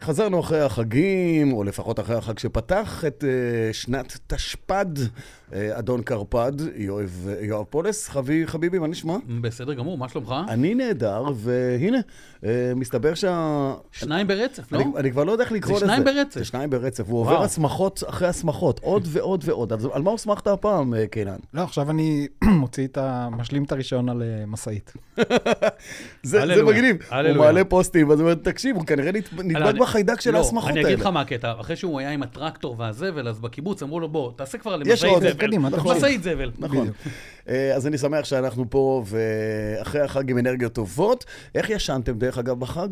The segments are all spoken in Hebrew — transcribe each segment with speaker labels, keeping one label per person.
Speaker 1: חזרנו אחרי החגים, או לפחות אחרי החג שפתח את אה, שנת תשפ"ד. אה, אדון קרפד, יואב, יואב פולס, חבי, חביבי, מה נשמע?
Speaker 2: בסדר גמור, מה שלומך?
Speaker 1: אני נהדר, והנה, אה, מסתבר שה...
Speaker 2: שניים ברצף, לא?
Speaker 1: אני, אני כבר לא יודע איך לקרוא לזה.
Speaker 2: שניים ברצף.
Speaker 1: זה שניים ברצף. הוא עובר הסמכות אחרי הסמכות, עוד ועוד ועוד. אז על מה הוסמכת הפעם, אה, קינן?
Speaker 3: לא, עכשיו אני מוציא את ה... משלים את הרישיון על אה, משאית.
Speaker 1: זה, זה
Speaker 2: הללויה,
Speaker 1: מגניב. הוא
Speaker 2: הללויה.
Speaker 1: מעלה פוסטים, ואז הוא אומר, תקשיב, הוא כנראה נת- נדבק
Speaker 2: אני-
Speaker 1: בחיידק של
Speaker 2: לא,
Speaker 1: ההסמכות האלה.
Speaker 2: אני אגיד לך מה הקטע, אחרי שהוא היה עם הטרקטור והזבל, אז בקיבוץ אמרו לו, בוא, תעשה כבר
Speaker 1: יש
Speaker 2: למשאית
Speaker 1: עוד,
Speaker 2: זבל.
Speaker 3: קדימה,
Speaker 1: נכון.
Speaker 3: תמשיך.
Speaker 2: משאית זבל.
Speaker 1: נכון.
Speaker 3: בדיוק.
Speaker 1: אה, אז אני שמח שאנחנו פה, ואחרי החג עם אנרגיות טובות. איך ישנתם, דרך אגב, בחג?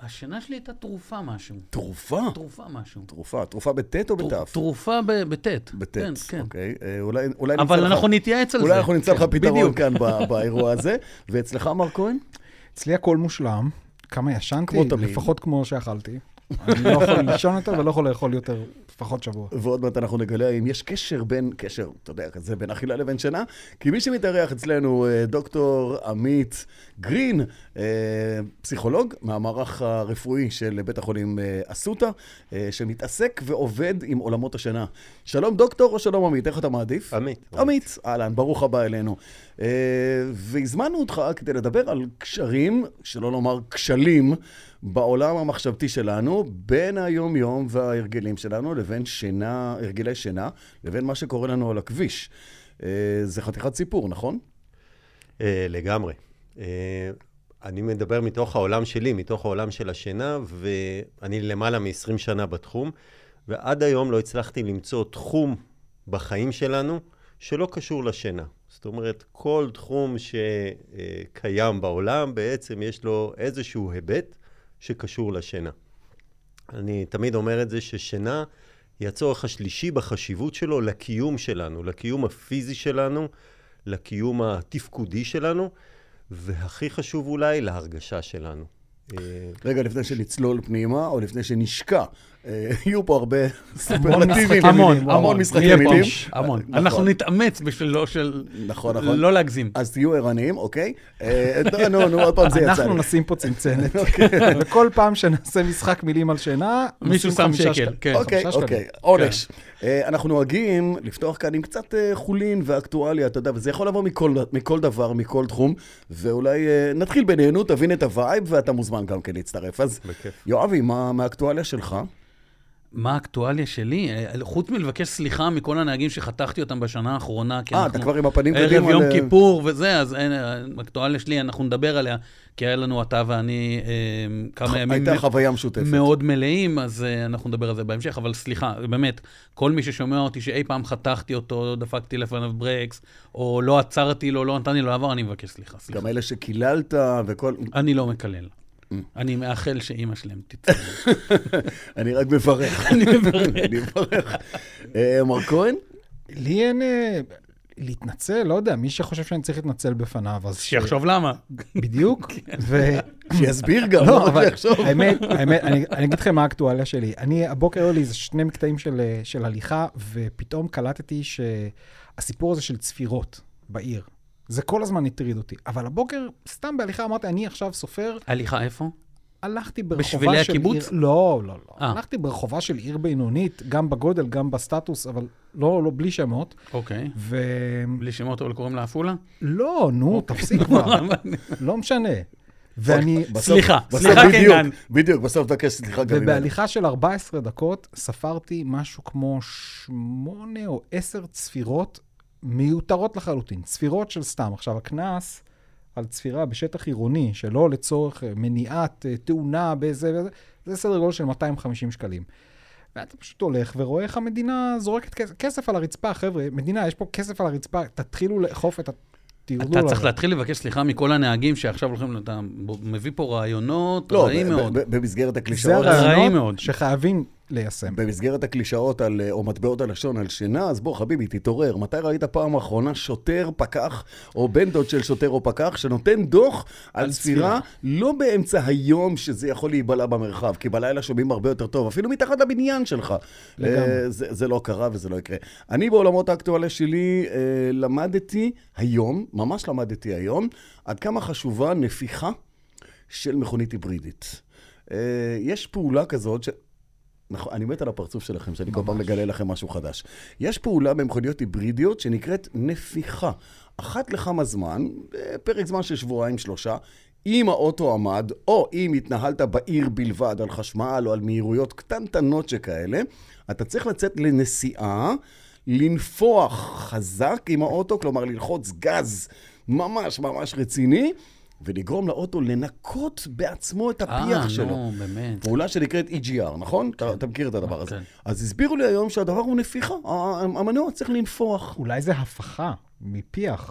Speaker 2: השינה שלי הייתה תרופה משהו.
Speaker 1: תרופה.
Speaker 2: תרופה משהו.
Speaker 1: תרופה. תרופה בטית או
Speaker 2: תר-
Speaker 1: בתף?
Speaker 2: תרופה ב- בטית.
Speaker 1: בטית,
Speaker 2: כן, כן.
Speaker 1: אוקיי. אה, אולי אולי נמצא
Speaker 2: אבל
Speaker 1: לך-
Speaker 2: אנחנו נתייעץ על זה.
Speaker 1: אולי אנחנו נמצא
Speaker 2: כן,
Speaker 1: לך פתרון
Speaker 2: בדיוק.
Speaker 1: כאן ב- באירוע הזה. ואצלך, מר כהן?
Speaker 3: אצלי הכל מושלם. כמה ישנתי?
Speaker 1: כמו תמיד.
Speaker 3: לפחות כמו שאכלתי. אני לא יכול לישון יותר ולא יכול לאכול יותר, לפחות שבוע.
Speaker 1: ועוד מעט אנחנו נגלה אם יש קשר בין, קשר, אתה יודע, כזה בין אכילה לבין שינה, כי מי שמתארח אצלנו, אה, דוקטור עמית גרין, אה, פסיכולוג מהמערך הרפואי של בית החולים אה, אסותא, אה, שמתעסק ועובד עם עולמות השינה. שלום דוקטור או שלום עמית, איך אתה מעדיף?
Speaker 4: עמית.
Speaker 1: עמית, אהלן, ברוך הבא אלינו. אה, והזמנו אותך כדי לדבר על קשרים, שלא לומר כשלים, בעולם המחשבתי שלנו, בין היום-יום וההרגלים שלנו לבין שינה, הרגלי שינה, לבין מה שקורה לנו על הכביש. אה, זה חתיכת סיפור, נכון?
Speaker 4: אה, לגמרי. אה, אני מדבר מתוך העולם שלי, מתוך העולם של השינה, ואני למעלה מ-20 שנה בתחום, ועד היום לא הצלחתי למצוא תחום בחיים שלנו שלא קשור לשינה. זאת אומרת, כל תחום שקיים בעולם, בעצם יש לו איזשהו היבט שקשור לשינה. אני תמיד אומר את זה ששינה היא הצורך השלישי בחשיבות שלו לקיום שלנו, לקיום הפיזי שלנו, לקיום התפקודי שלנו, והכי חשוב אולי, להרגשה שלנו. אה,
Speaker 1: רגע, לפני שנצלול פנימה, או לפני שנשקע, אה, יהיו פה הרבה
Speaker 3: משחקי
Speaker 1: סופרלטיבים.
Speaker 3: מילים, וואו,
Speaker 1: המון
Speaker 3: וואו.
Speaker 1: משחקי
Speaker 3: נהיה פה.
Speaker 1: מילים.
Speaker 2: המון.
Speaker 1: נכון.
Speaker 2: אנחנו נתאמץ בשביל לא של...
Speaker 1: נכון, נכון.
Speaker 2: לא להגזים.
Speaker 1: אז תהיו ערניים, אוקיי? אה, נו, נו, נו, עוד פעם זה יצא לי. אוקיי.
Speaker 3: אנחנו נשים פה צנצנת. וכל פעם שנעשה משחק מילים על שינה,
Speaker 2: מישהו
Speaker 3: נשים
Speaker 2: שם
Speaker 3: חמישה
Speaker 2: שקל.
Speaker 3: שקלים.
Speaker 2: כן.
Speaker 1: אוקיי,
Speaker 3: חמישה
Speaker 1: אוקיי,
Speaker 3: שקלים.
Speaker 1: עונש. אה, אנחנו נוהגים לפתוח כאן עם קצת אה, חולין ואקטואליה, אתה יודע, וזה יכול לבוא מכל מכל דבר, מכל תחום, ואולי אה, נתחיל בינינו, תבין את הווייב, ואתה מוזמן גם כן להצטרף. אז
Speaker 4: בכיף.
Speaker 1: יואבי, מה מה האקטואליה שלך?
Speaker 2: מה האקטואליה שלי? אה, חוץ מלבקש סליחה מכל הנהגים שחתכתי אותם בשנה האחרונה, כי
Speaker 1: אה,
Speaker 2: אנחנו...
Speaker 1: אתה כבר עם הפנים
Speaker 2: ערב
Speaker 1: קדימה
Speaker 2: יום
Speaker 1: ל-
Speaker 2: כיפור וזה, אז אין, האקטואליה שלי, אנחנו נדבר עליה, כי היה לנו אתה ואני אה, כמה ימים
Speaker 1: הייתה
Speaker 2: מא-
Speaker 1: חוויה משותפת.
Speaker 2: מאוד מלאים, אז אה, אנחנו נדבר על זה בהמשך, אבל סליחה, באמת, כל מי ששומע אותי שאי פעם חתכתי אותו, דפקתי לפניו ברקס, או לא עצרתי לו, לא נתן לי לו לעבור, אני מבקש סליחה, סליחה.
Speaker 1: גם אה. אלה שקיללת וכל...
Speaker 2: אני לא מקלל. אני מאחל שאימא שלהם תצא.
Speaker 1: אני רק מברך.
Speaker 2: אני מברך.
Speaker 1: אני מברך. אה, מר כהן? אוקיי.
Speaker 3: לי אין... אה, להתנצל, לא יודע, מי שחושב שאני צריך להתנצל בפניו, אז... ש-
Speaker 2: שיחשוב כן. למה.
Speaker 3: בדיוק. ו-
Speaker 1: שיסביר גם,
Speaker 3: לא, אבל
Speaker 1: שיחשוב.
Speaker 3: האמת, האמת, אני אני אגיד לכם מה האקטואליה שלי. אני, הבוקר היו לי איזה שני מקטעים של, אה, של הליכה, ופתאום קלטתי שהסיפור הזה של צפירות בעיר, זה כל הזמן הטריד אותי. אבל הבוקר, סתם בהליכה אמרתי, אני עכשיו סופר,
Speaker 2: הליכה איפה?
Speaker 3: הלכתי ברחובה של עיר...
Speaker 2: בשבילי הקיבוץ?
Speaker 3: לא, לא, לא.
Speaker 2: אה.
Speaker 3: הלכתי ברחובה של עיר בינונית, גם בגודל, גם בסטטוס, אבל לא, לא, בלי שמות.
Speaker 2: אוקיי.
Speaker 3: ולא,
Speaker 2: בלי שמות, אבל קוראים לה עפולה?
Speaker 3: לא, נו,
Speaker 2: אוקיי.
Speaker 3: תפסיק כבר, לא משנה. ואני...
Speaker 1: בסוף-
Speaker 2: אוקיי, סליחה,
Speaker 1: בסוף
Speaker 2: סליחה, כן,
Speaker 1: בדיוק,
Speaker 2: קנגן.
Speaker 1: בדיוק, בסוף תבקש סליחה גם ממנו.
Speaker 3: ובהליכה של 14 דקות ספרתי משהו כמו 8 או 10 צפירות מיותרות לחלוטין. צפירות של סתם. עכשיו, הקנס על צפירה בשטח עירוני, שלא לצורך אה, מניעת אה, תאונה בזה וזה, זה סדר גודל של 250 שקלים. ואתה פשוט הולך ורואה איך המדינה זורקת כסף, כסף על הרצפה, חבר'ה, מדינה, יש פה כסף על הרצפה, תתחילו לאכוף את ה... תרדו
Speaker 2: אתה צריך
Speaker 3: לזה.
Speaker 2: להתחיל לבקש סליחה מכל הנהגים שעכשיו הולכים, אתה מביא פה רעיונות
Speaker 1: לא,
Speaker 2: רעים
Speaker 1: ב- ב-
Speaker 2: מאוד.
Speaker 1: ב- במסגרת
Speaker 3: זה
Speaker 1: הקלישאות.
Speaker 2: רעים
Speaker 3: הרעיונות
Speaker 2: מאוד.
Speaker 3: שחייבים ליישם.
Speaker 1: במסגרת הקלישאות על, אה, או מטבעות הלשון על שינה, אז בוא חביבי, תתעורר. מתי ראית פעם אחרונה שוטר, פקח, או בן דוד של שוטר או פקח, שנותן דוח על
Speaker 2: על
Speaker 1: ספירה,
Speaker 2: ספירה.
Speaker 1: לא באמצע היום שזה יכול להיבלע במרחב, כי בלילה שומעים הרבה יותר טוב, אפילו מתחת לבניין שלך.
Speaker 3: לגמרי.
Speaker 1: אה, זה, זה לא קרה וזה לא יקרה. אני בעולמות האקטואליה שלי אה, למדתי היום, ממש למדתי היום, עד כמה חשובה נפיחה של מכונית היברידית. Uh, אה, יש פעולה כזאת ש... נכון, אני מת על הפרצוף שלכם, שאני כל פעם מגלה לכם משהו חדש. יש פעולה במכוניות היברידיות שנקראת נפיחה. אחת לכמה זמן, אה, פרק זמן של שבועיים, שלושה, אם האוטו עמד, או אם התנהלת בעיר בלבד, על חשמל או על מהירויות קטנטנות שכאלה, אתה צריך לצאת לנסיעה, לנפוח חזק עם האוטו, כלומר ללחוץ גז ממש ממש רציני, ולגרום לאוטו לנקות בעצמו את הפיח שלו.
Speaker 2: אה, נו, באמת.
Speaker 1: פעולה שנקראת EGR, נכון? אתה, אתה מכיר את הדבר הזה.
Speaker 2: כן.
Speaker 1: אז הסבירו לי היום שהדבר הוא נפיחה, ה- המנוע צריך לנפוח.
Speaker 3: אולי זה הפכה מפיח.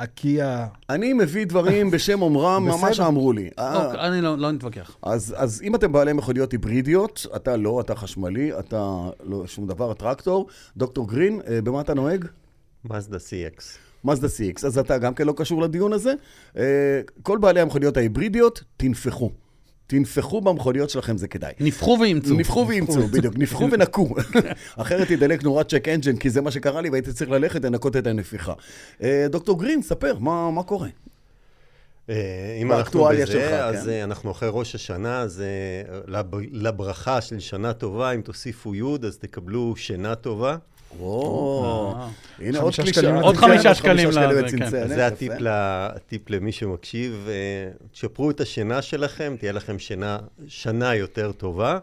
Speaker 3: אה, כי ה...
Speaker 1: אני מביא דברים בשם אומרם, ממש
Speaker 3: בסדר.
Speaker 1: אמרו לי. אה,
Speaker 2: אוקיי, אני לא לא נתווכח.
Speaker 1: אז, אז אם אתם בעלי מכוניות היברידיות, אתה לא, אתה חשמלי, אתה לא שום דבר, טרקטור. דוקטור גרין, אה, במה אתה נוהג?
Speaker 4: מזדה CX.
Speaker 1: מזדה CX, אז אתה גם כן לא קשור לדיון הזה. אה, כל בעלי המכוניות ההיברידיות, תנפחו. תנפחו במכוניות שלכם, זה כדאי.
Speaker 2: נפחו ואימצו.
Speaker 1: נפחו ואימצו, בדיוק, נפחו ונקו. אחרת תדלק נורא צ'ק אנג'ן, כי זה מה שקרה לי, והייתי צריך ללכת לנקות את הנפיחה. אה, דוקטור גרין, ספר, מה מה קורה?
Speaker 4: אה, אם אנחנו
Speaker 1: באקטואליה
Speaker 4: בזה,
Speaker 1: שלך,
Speaker 4: אז
Speaker 1: כן.
Speaker 4: אה, אנחנו אחרי ראש השנה, אז אה, לב, לברכה של שנה טובה, אם תוסיפו י', אז תקבלו שינה טובה.
Speaker 1: או,
Speaker 2: אה.
Speaker 1: הנה
Speaker 3: חמישה
Speaker 1: עוד
Speaker 3: שקלים
Speaker 1: קלישה.
Speaker 3: עוד
Speaker 2: חמישה שקלים כן. לזה,
Speaker 1: לצנצנת,
Speaker 4: אז זה
Speaker 1: יפה.
Speaker 4: הטיפ, ל, הטיפ למי שמקשיב. אה, תשפרו את השינה שלכם, תהיה לכם שינה, שנה יותר טובה.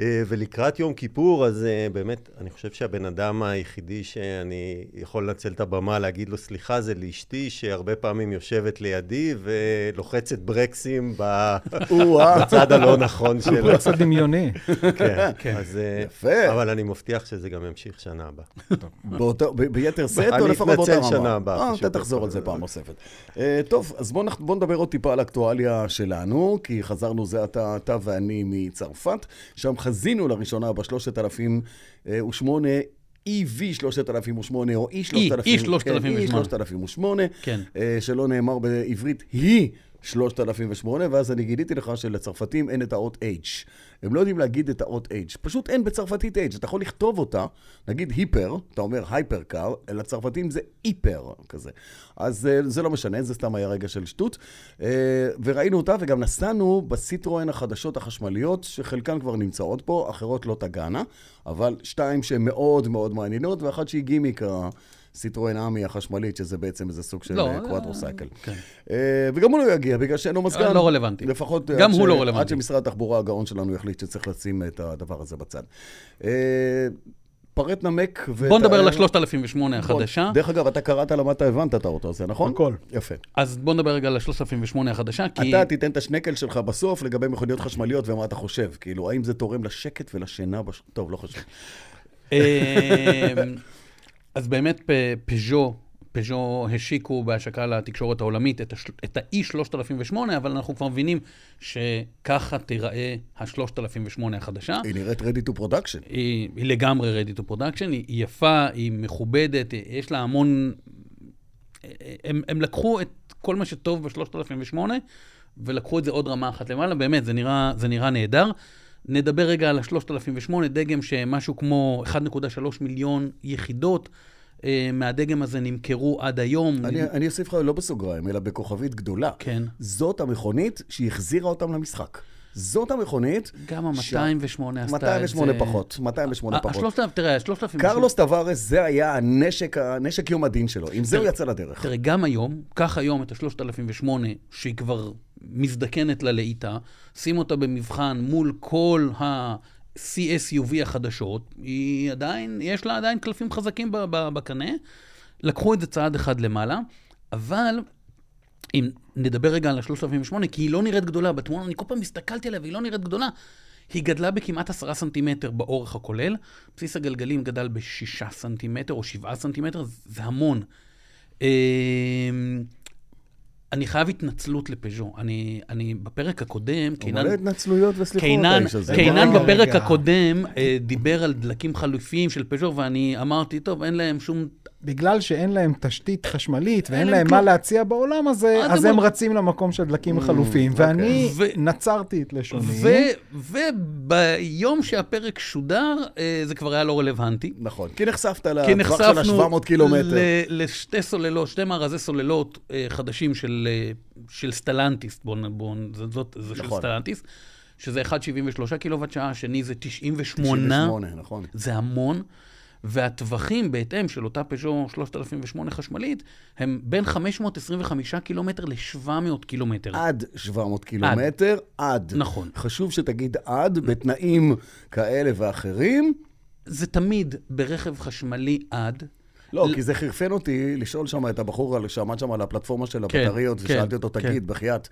Speaker 4: אה, ולקראת יום כיפור, אז אה, באמת, אני חושב שהבן אדם היחידי שאני יכול לנצל את הבמה להגיד לו סליחה, זה לאשתי, שהרבה פעמים יושבת לידי ולוחצת ברקסים ב-
Speaker 1: או-אה.
Speaker 4: בצד הלא נכון שלה.
Speaker 3: פרץ הדמיוני.
Speaker 4: כן,
Speaker 2: כן.
Speaker 4: אז... אה,
Speaker 1: יפה.
Speaker 4: אבל אני מבטיח שזה גם ימשיך שנה הבאה.
Speaker 1: באותו- ב- ביתר סט,
Speaker 4: אני
Speaker 1: או לפחות באותה רמה?
Speaker 4: אתנצל שנה הבאה,
Speaker 1: אה,
Speaker 4: פשוט.
Speaker 1: אתה תחזור על זה פעם נוספת. אה, טוב, אז בואו נח- בואו נדבר עוד טיפה על האקטואליה שלנו, כי חזרנו זה אתה, אתה ואני מצרפת, שם חזינו לראשונה אה, ב-3008 EV 3008 או E 3008, כן, E
Speaker 2: E 3008.
Speaker 1: 3008,
Speaker 2: כן.
Speaker 1: אה, שלא נאמר בעברית, היא 3008, ואז אני גיליתי לך שלצרפתים אין את האות H. הם לא יודעים להגיד את האות H. פשוט אין בצרפתית H. אתה יכול לכתוב אותה, נגיד היפר, אתה אומר הייפר קאר, לצרפתים זה היפר כזה. אז אה, זה לא משנה, זה סתם היה רגע של שטות. אה, וראינו אותה וגם נסענו בסיטרואן החדשות החשמליות, שחלקן כבר נמצאות פה, אחרות לא תגענה, אבל שתיים שהן מאוד מאוד מעניינות, ואחת שהיא גימיק, הסיטרואן עמי החשמלית, שזה בעצם איזה סוג של
Speaker 2: לא,
Speaker 1: אה,
Speaker 2: אה,
Speaker 1: קוואדרוסייקל.
Speaker 2: כן.
Speaker 1: אה, וגם הוא לא יגיע, בגלל שאין לו מזגן.
Speaker 2: לא רלוונטי.
Speaker 1: לפחות... אה,
Speaker 2: גם
Speaker 1: עד
Speaker 2: הוא
Speaker 1: ש-
Speaker 2: לא
Speaker 1: עד
Speaker 2: רלוונטי.
Speaker 1: שמשרד התחבורה הגאון שלנו יחליט שצריך לשים את הדבר הזה בצד. אה, פרט נמק ו... אה,
Speaker 2: בוא נדבר על ה-3008
Speaker 1: נכון.
Speaker 2: החדשה.
Speaker 1: דרך אגב, אתה קראת למטה, הבנת את האוטו הזה, נכון?
Speaker 3: הכל.
Speaker 1: יפה.
Speaker 2: אז בוא נדבר רגע על ה-3008 החדשה, כי...
Speaker 1: אתה תיתן את השנקל שלך בסוף לגבי מכוניות חשמליות ומה אתה חושב. כאילו, האם זה תורם לשקט ולשינה? בש... טוב, לא חשוב.
Speaker 2: אמ, אז באמת פ- פז'ו, פז'ו השיקו בהשקה לתקשורת העולמית את, השל- את ה-E3008, אבל אנחנו כבר מבינים שככה תיראה ה-3008 החדשה.
Speaker 1: היא נראית ready to production.
Speaker 2: היא, היא לגמרי ready to production, היא, היא יפה, היא מכובדת, היא- יש לה המון... הם, הם לקחו את כל מה שטוב ב-3008 ולקחו את זה עוד רמה אחת למעלה, באמת, זה נראה, זה נראה נהדר. נדבר רגע על ה-3008, דגם שמשהו כמו 1.3 מיליון יחידות אה, מהדגם הזה נמכרו עד היום.
Speaker 1: אני, אני אוסיף לך לא בסוגריים, אלא בכוכבית גדולה.
Speaker 2: כן.
Speaker 1: זאת המכונית שהחזירה אותם למשחק. זאת המכונית...
Speaker 2: גם ה-208 עשתה את זה. אה,
Speaker 1: 208 פחות, 208
Speaker 2: ה-
Speaker 1: פחות.
Speaker 2: ה-3000, תראה, ה-3008...
Speaker 1: קרלוס טווארס, זה היה הנשק, הנשק יום הדין שלו. עם זה הוא
Speaker 2: תראה-
Speaker 1: יצא לדרך.
Speaker 2: תראה, גם היום, קח היום את ה-3008, שהיא כבר מזדקנת ללעיתה, שים אותה במבחן מול כל ה-CSUV החדשות, היא עדיין, יש לה עדיין קלפים חזקים ב- ב- בקנה. לקחו את זה צעד אחד למעלה, אבל אם נדבר רגע על ה-3008, כי היא לא נראית גדולה, בתמונה אני כל פעם הסתכלתי עליה והיא לא נראית גדולה. היא גדלה בכמעט עשרה סנטימטר באורך הכולל, בסיס הגלגלים גדל בשישה סנטימטר או שבעה סנטימטר, זה המון. אמ, אני חייב התנצלות לפז'ו. אני, אני בפרק הקודם,
Speaker 1: הוא
Speaker 2: קינן,
Speaker 1: מלא התנצלויות וסליחות,
Speaker 2: קינן,
Speaker 1: האיש הזה. נכון.
Speaker 2: קינן
Speaker 3: רגע,
Speaker 2: בפרק
Speaker 3: רגע.
Speaker 2: הקודם אה, דיבר על דלקים חלופיים של פז'ו, ואני אמרתי, טוב, אין להם שום...
Speaker 3: בגלל שאין להם תשתית חשמלית ואין
Speaker 2: להם
Speaker 3: להם
Speaker 2: כלום.
Speaker 3: מה להציע בעולם הזה,
Speaker 2: אז
Speaker 3: אז
Speaker 2: הם
Speaker 3: הם
Speaker 2: עוד-
Speaker 3: רצים למקום של דלקים חלופיים. ואני
Speaker 2: ו-
Speaker 3: נצרתי את לשוני.
Speaker 2: ו- וביום שהפרק שודר, אה, זה כבר היה לא רלוונטי.
Speaker 1: נכון, כי נחשפת
Speaker 2: כי
Speaker 1: לטווח של
Speaker 2: נחשפנו
Speaker 1: ה-700 קילומטר.
Speaker 2: ל- לשתי סוללות, שתי מארזי סוללות אה, חדשים של, אה, של סטלנטיס, בואו, בוא, זאת, זאת, זה של
Speaker 1: נכון.
Speaker 2: סטלנטיס, שזה 1.73 קילוואט שעה, השני זה 98.
Speaker 1: 98, נכון.
Speaker 2: זה המון, והטווחים בהתאם של אותה פז'ו 3008 חשמלית, הם בין 525 קילומטר ל-700 קילומטר.
Speaker 1: עד 700 קילומטר, עד.
Speaker 2: נכון.
Speaker 1: חשוב שתגיד עד, בתנאים כאלה ואחרים.
Speaker 2: זה תמיד ברכב חשמלי עד.
Speaker 1: לא,
Speaker 2: ל-
Speaker 1: כי זה חרפן אותי לשאול שם את הבחור על- שעמד שם על הפלטפורמה של
Speaker 2: כן,
Speaker 1: הבטריות,
Speaker 2: כן,
Speaker 1: ושאלתי אותו,
Speaker 2: כן.
Speaker 1: תגיד, בחייאת,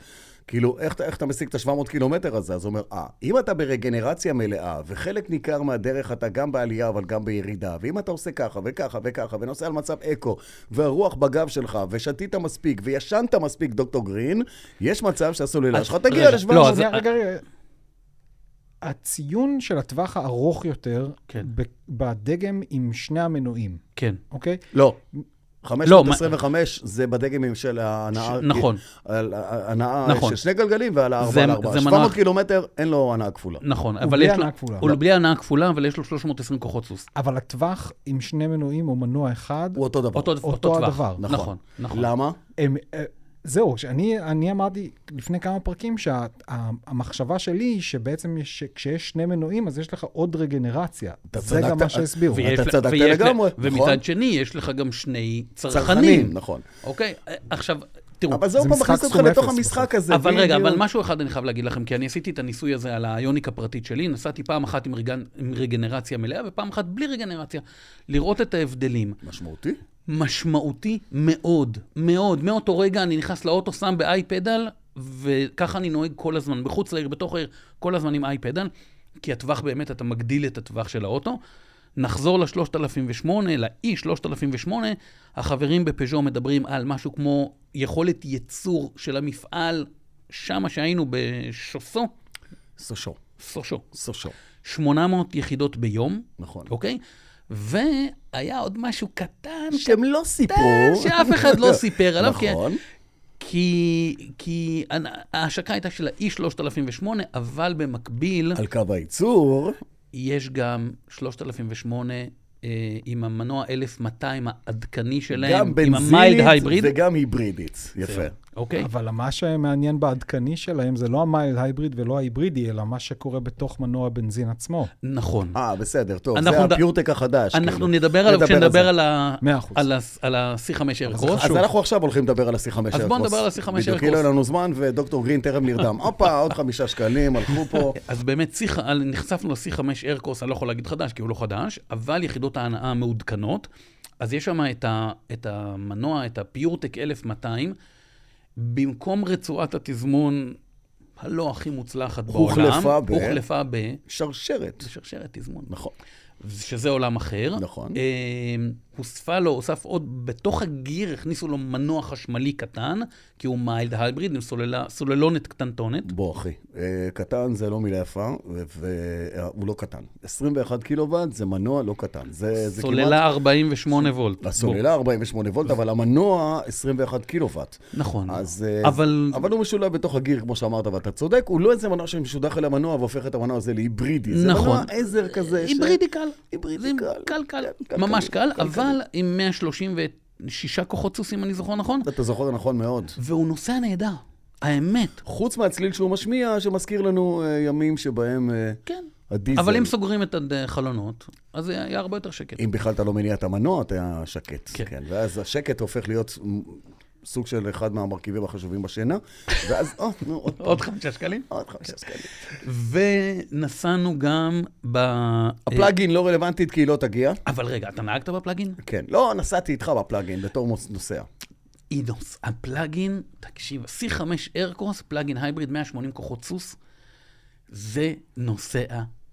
Speaker 1: כאילו, איך, אתה- איך אתה משיג את ה-700 קילומטר הזה? אז הוא אומר, אה, אם אתה ברגנרציה מלאה, וחלק ניכר מהדרך אתה גם בעלייה, אבל גם בירידה, ואם אתה עושה ככה וככה וככה, ונוסע על מצב אקו, והרוח בגב שלך, ושתית מספיק, וישנת מספיק, דוקטור גרין, יש מצב שהסוללה
Speaker 2: אז-
Speaker 1: שלך תגיע
Speaker 2: רגע,
Speaker 1: ל-700.
Speaker 2: לא,
Speaker 3: לא,
Speaker 2: אז-
Speaker 3: אז... רגע, רגע. הציון של הטווח הארוך יותר,
Speaker 2: כן.
Speaker 3: ב- בדגם עם שני המנועים,
Speaker 2: כן.
Speaker 3: אוקיי?
Speaker 1: לא. 525 זה בדגם של ההנאה.
Speaker 2: ש- נכון.
Speaker 1: על ההנאה
Speaker 2: נכון.
Speaker 1: של שני גלגלים ועל הארבע
Speaker 2: זה-
Speaker 1: על ארבע.
Speaker 2: זה מנוע-
Speaker 1: 700 קילומטר, אין לו הנאה כפולה.
Speaker 2: נכון,
Speaker 3: הוא
Speaker 2: אבל
Speaker 3: בלי
Speaker 2: יש לו...
Speaker 3: הנעה כפולה.
Speaker 2: הוא בלי הנעה כפולה, אבל יש לו 320 כוחות סוס.
Speaker 3: אבל הטווח עם שני מנועים או מנוע אחד,
Speaker 1: הוא אותו דבר.
Speaker 2: אותו
Speaker 3: אותו
Speaker 2: אותו טווח.
Speaker 3: הדבר.
Speaker 2: נכון, נכון.
Speaker 1: למה?
Speaker 3: הם, אה, זהו, שאני אני אמרתי לפני כמה פרקים שהמחשבה שלי היא שבעצם יש, כשיש שני מנועים, אז יש לך עוד רגנרציה.
Speaker 1: אתה
Speaker 3: זה גם
Speaker 1: צדקת,
Speaker 3: מה שהסבירו.
Speaker 1: ויש- אתה
Speaker 2: לה-
Speaker 1: צדקת
Speaker 2: ויש לה-
Speaker 1: לגמרי, נכון.
Speaker 2: ומצד שני, יש לך גם שני צרכנים.
Speaker 1: צרכנים, נכון.
Speaker 2: אוקיי? אה, עכשיו, תראו.
Speaker 1: אבל זה עוד
Speaker 3: זה
Speaker 1: פעם
Speaker 3: משחק
Speaker 1: מכניס אותך
Speaker 3: סכום
Speaker 1: לתוך
Speaker 3: אפס
Speaker 1: המשחק
Speaker 3: בסוף.
Speaker 1: הזה.
Speaker 2: אבל רגע,
Speaker 1: בדיוק.
Speaker 2: אבל משהו אחד אני חייב להגיד לכם, כי אני עשיתי את הניסוי הזה על היוניק הפרטית שלי, נסעתי פעם אחת עם, רגנ... עם רגנרציה מלאה ופעם אחת בלי רגנרציה, לראות את ההבדלים.
Speaker 1: משמעותי.
Speaker 2: משמעותי מאוד, מאוד. מאותו רגע אני נכנס לאוטו, שם באייפדל, וככה אני נוהג כל הזמן, בחוץ לעיר, בתוך העיר, כל הזמן עם אייפדל, כי הטווח באמת, אתה מגדיל את הטווח של האוטו. נחזור ל-3008, לאי-3008, החברים בפז'ו מדברים על משהו כמו יכולת ייצור של המפעל, שמה שהיינו בשוסו,
Speaker 1: סושו,
Speaker 2: סושו,
Speaker 1: סושו,
Speaker 2: 800 יחידות ביום,
Speaker 1: נכון.
Speaker 2: אוקיי? והיה עוד משהו קטן,
Speaker 1: שהם לא
Speaker 2: קטן,
Speaker 1: סיפרו.
Speaker 2: שאף אחד לא סיפר עליו, כי-
Speaker 1: נכון.
Speaker 2: כי, כי הנ- ההשקה הייתה של ה-E3008, אבל במקביל
Speaker 1: על קו הייצור,
Speaker 2: יש גם 3008 אה, עם המנוע 1200 העדכני שלהם,
Speaker 1: גם
Speaker 2: עם המייד
Speaker 1: בנזינית
Speaker 2: הייבריד.
Speaker 1: וגם היברידית. יפה.
Speaker 2: אוקיי?
Speaker 3: אבל מה שמעניין בעדכני שלהם זה לא המייל הייבריד ולא ההיברידי, אלא מה שקורה בתוך מנוע הבנזין עצמו.
Speaker 2: נכון.
Speaker 1: אה, בסדר, טוב.
Speaker 2: אנחנו
Speaker 1: זה
Speaker 2: נד-
Speaker 1: הפיורטק החדש.
Speaker 2: אנחנו
Speaker 1: כאילו.
Speaker 2: נדבר עליו
Speaker 1: זה.
Speaker 2: כשנדבר על ה-
Speaker 3: מאה אחוז.
Speaker 2: על ה- על ה-C5 איירקרוס.
Speaker 1: אז אנחנו עכשיו הולכים לדבר על ה-C5 איירקרוס.
Speaker 2: בוא נדבר על ה-C5
Speaker 1: בדיוק,
Speaker 2: Aircross.
Speaker 1: כאילו אין לנו זמן, ודוקטור גרין טרם נרדם. הופה, עוד חמישה שקלים, הלכו פה.
Speaker 2: אז באמת, שיח, נחשפנו ל-C5 איירקורס, אני לא יכול להגיד חדש, כי הוא לא חדש, אבל יחידות ההנאה מעודכנות. אז יש שם את, ה, את המנוע, את הפיורטק 1200, במקום רצועת התזמון הלא הכי מוצלחת בעולם.
Speaker 1: הוחלפה ב-
Speaker 2: הוחלפה ב...
Speaker 1: שרשרת.
Speaker 2: בשרשרת תזמון.
Speaker 1: נכון.
Speaker 2: שזה עולם אחר.
Speaker 1: נכון.
Speaker 2: אה, הוספה לו, הוסף עוד, בתוך הגיר הכניסו לו מנוע חשמלי קטן, כי הוא מיילד הייבריד, עם סוללה, סוללונת קטנטונת.
Speaker 1: בוא, אחי, אה, קטן זה לא מילה יפה, והוא לא קטן. 21 קילוואט זה מנוע לא קטן. זה זה כמעט...
Speaker 2: סוללה 48 וולט.
Speaker 1: הסוללה 48 וולט, אבל המנוע 21 קילוואט.
Speaker 2: נכון.
Speaker 1: אז... אה,
Speaker 2: אבל...
Speaker 1: אבל הוא משולב בתוך הגיר, כמו שאמרת, ואתה צודק, הוא לא איזה מנוע שמשודח אל המנוע והופך את המנוע הזה להיברידי. זה
Speaker 2: נכון.
Speaker 1: מנוע עזר כזה. ש-
Speaker 2: היברידי קל.
Speaker 1: היברידי
Speaker 2: זה
Speaker 1: קל.
Speaker 2: קל, קל.
Speaker 1: כן, קל,
Speaker 2: ממש
Speaker 1: קל,
Speaker 2: קל,
Speaker 1: קל,
Speaker 2: אבל עם 136 כוחות סוס, אם אני זוכר נכון,
Speaker 1: אתה זוכר נכון מאוד.
Speaker 2: והוא נוסע נהדר. האמת.
Speaker 1: חוץ מהצליל שהוא משמיע, שמזכיר לנו אה, ימים שבהם אה,
Speaker 2: כן.
Speaker 1: הדיזל...
Speaker 2: אבל אם סוגרים את החלונות, אז זה היה הרבה יותר שקט.
Speaker 1: אם בכלל אתה לא מניע את המנוע, אתה שקט. כן.
Speaker 2: כן.
Speaker 1: כן. ואז השקט הופך להיות מ- סוג של אחד מהמרכיבים החשובים בשינה, ואז, או, נו, עוד פעם,
Speaker 2: עוד כן. חמישה שקלים.
Speaker 1: עוד חמישה שקלים.
Speaker 2: ונסענו גם ב... אה,
Speaker 1: הפלאגין לא רלוונטית כי היא לא תגיע.
Speaker 2: אבל רגע, אתה נהגת בפלאגין?
Speaker 1: כן. לא, נסעתי איתך בפלאגין בתור מוס- נוסע.
Speaker 2: אידוס, הפלאגין, תקשיב, C5 איירקרוס, פלאגין הייבריד, 180 כוחות סוס, זה נוסע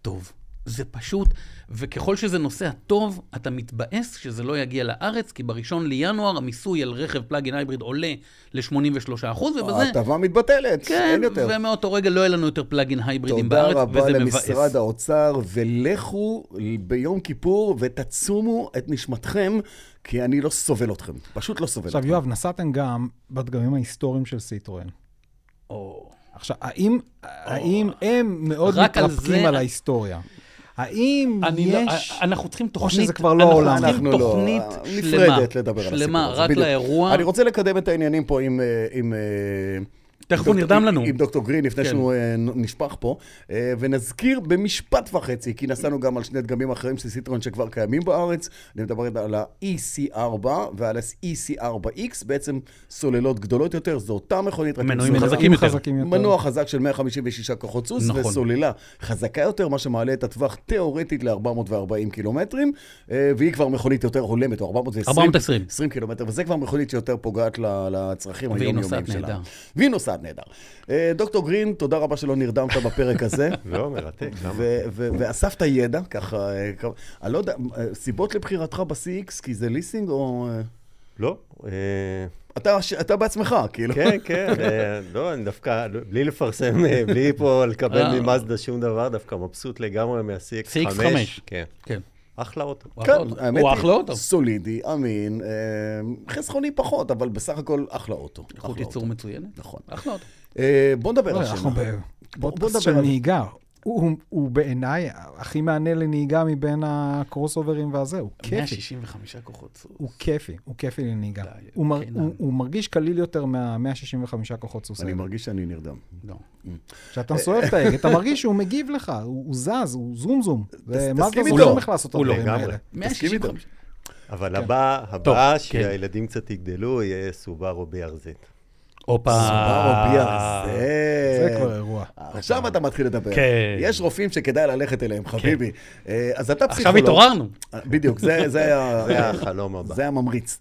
Speaker 2: טוב. זה פשוט, וככל שזה נוסע טוב, אתה מתבאס שזה לא יגיע לארץ, כי בראשון לינואר המיסוי על רכב פלאגין הייבריד עולה ל-83 אחוז, ובזה...
Speaker 1: ההטבה מתבטלת,
Speaker 2: כן,
Speaker 1: אה, אין יותר.
Speaker 2: ומאותו רגע לא יהיה לנו יותר פלאגין הייברידים
Speaker 1: תודה
Speaker 2: בארץ,
Speaker 1: רבה
Speaker 2: וזה מבאס.
Speaker 1: למשרד האוצר, ולכו ביום כיפור ותצומו את נשמתכם, כי אני לא סובל אתכם. פשוט לא סובל
Speaker 3: עכשיו,
Speaker 1: אתכם.
Speaker 3: יואב, נסעתם גם בדגמים ההיסטוריים של סיטרואן.
Speaker 2: או,
Speaker 3: עכשיו, האם, האם הם מאוד
Speaker 2: רק על
Speaker 3: מתרפקים
Speaker 2: זה-
Speaker 3: על ההיסטוריה? האם
Speaker 2: אני לא,
Speaker 3: יש...
Speaker 2: אנחנו צריכים תוכנית,
Speaker 3: שזה כבר לא
Speaker 2: אנחנו
Speaker 3: העולם.
Speaker 2: צריכים
Speaker 1: אנחנו לא,
Speaker 2: תוכנית שלמה,
Speaker 1: נפרדת לדבר על הסיפור
Speaker 2: שלמה,
Speaker 1: הזה,
Speaker 2: רק
Speaker 1: בדיוק.
Speaker 2: לאירוע.
Speaker 1: אני רוצה לקדם את העניינים פה עם, אה, עם אה,
Speaker 2: תכף הוא נרדם לנו.
Speaker 1: עם דוקטור גרין, לפני
Speaker 2: כן.
Speaker 1: שהוא אה, נ- נשפך פה. אה, ונזכיר במשפט וחצי, כי נסענו גם על שני דגמים אחרים של סיטרון שכבר קיימים בארץ. אני מדבר על ה-EC4 ועל ה-EC4X, בעצם סוללות גדולות יותר, זו אותה מכונית. רק עם
Speaker 2: מנועים
Speaker 1: סוללה-
Speaker 2: חזקים יותר.
Speaker 1: מנוע חזק של 156 כוחות סוס,
Speaker 2: נכון.
Speaker 1: וסוללה חזקה יותר, מה שמעלה את הטווח תיאורטית ל-440 קילומטרים, אה, והיא כבר מכונית יותר הולמת, או 420
Speaker 2: 420.
Speaker 1: 20 קילומטר, וזה כבר מכונית שיותר פוגעת ל- לצרכים
Speaker 2: והיא
Speaker 1: היומיומיים
Speaker 2: נוסעת
Speaker 1: שלה.
Speaker 2: נהדר.
Speaker 1: והיא נוסעת נהדר. אה, דוקטור גרין, תודה רבה שלא נרדמת בפרק הזה.
Speaker 4: לא, מרתק, למה?
Speaker 1: ו- ו- ואספת ידע, ככה, אה, כ- אני לא יודע, אה, סיבות לבחירתך ב-CX, כי זה ליסינג או... אה,
Speaker 4: לא, אה,
Speaker 1: אתה, ש- אתה בעצמך, כאילו.
Speaker 4: כן, כן, אה, לא, אני דווקא, לא, בלי לפרסם, אה, בלי פה
Speaker 2: אה.
Speaker 4: לקבל ממאזדה שום דבר, דווקא מבסוט לגמרי מה-CX5.
Speaker 2: CX5.
Speaker 4: כן.
Speaker 2: כן.
Speaker 4: אחלה אוטו.
Speaker 2: הוא אחלה
Speaker 1: כן,
Speaker 2: אוטו.
Speaker 1: האמת
Speaker 2: הוא
Speaker 1: היא,
Speaker 2: אחלה אוטו.
Speaker 1: סולידי, אמין, אה, חסכוני פחות, אבל בסך הכל אחלה אוטו.
Speaker 2: איכות
Speaker 1: אחלה
Speaker 2: ייצור
Speaker 1: אוטו.
Speaker 2: מצוינת.
Speaker 1: נכון.
Speaker 2: אחלה אוטו.
Speaker 1: אה, בוא נדבר
Speaker 3: לא,
Speaker 1: על השנה.
Speaker 3: אנחנו
Speaker 1: בוא- בוא
Speaker 3: בפודקאסט
Speaker 1: נדבר
Speaker 3: של
Speaker 1: על-
Speaker 3: נהיגה. הוא- הוא- הוא בעיניי הכי מענה לנהיגה מבין הקרוס אוברים והזה, הוא כיפי.
Speaker 2: 165 כוחות סוס.
Speaker 3: הוא כיפי, הוא כיפי לנהיגה.
Speaker 2: די,
Speaker 3: הוא מר-
Speaker 2: קינן.
Speaker 3: הוא- הוא מרגיש קליל יותר מה-165 כוחות סוס
Speaker 1: אני
Speaker 3: האלה.
Speaker 1: מרגיש שאני נרדם.
Speaker 2: לא.
Speaker 3: כשאתה סובב את ההגה, אתה מרגיש שהוא מגיב לך, הוא הוא זז, הוא זום זום. זה- מה זה
Speaker 1: תסכים
Speaker 3: זום
Speaker 2: איתו.
Speaker 3: זום איך לעשות את
Speaker 4: הוא לא,
Speaker 3: הדברים
Speaker 4: לגמרי.
Speaker 3: האלה?
Speaker 2: 165.
Speaker 4: אבל הבא,
Speaker 2: טוב,
Speaker 4: הבא,
Speaker 2: כן.
Speaker 4: שהילדים קצת יגדלו, יהיה סובארו BRZ.
Speaker 2: הופה.
Speaker 1: סבבה, ביאר, זה...
Speaker 3: זה כבר אירוע.
Speaker 1: עכשיו אתה מתחיל לדבר.
Speaker 2: כן.
Speaker 1: יש רופאים שכדאי ללכת אליהם, חביבי. אה, אז אתה
Speaker 2: עכשיו
Speaker 1: פסיכולוג.
Speaker 2: התעוררנו.
Speaker 1: בדיוק, זה- זה
Speaker 2: אוקיי.
Speaker 4: זה
Speaker 1: ה-
Speaker 4: החלום הבא.
Speaker 1: זה הממריץ.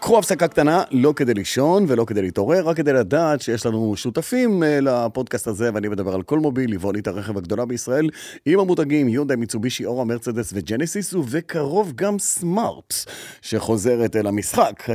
Speaker 1: קחו הפסקה קטנה, לא כדי לישון ולא כדי להתעורר, רק כדי לדעת שיש לנו שותפים אה, לפודקאסט הזה, ואני מדבר על קולמוביל, ליבונית הרכב הגדולה בישראל, עם המותגים יונדאי, מיצובישי, אורה, מרצדס וג'נסיס, ובקרוב גם סמארט, שחוזרת אל המשחק. אה,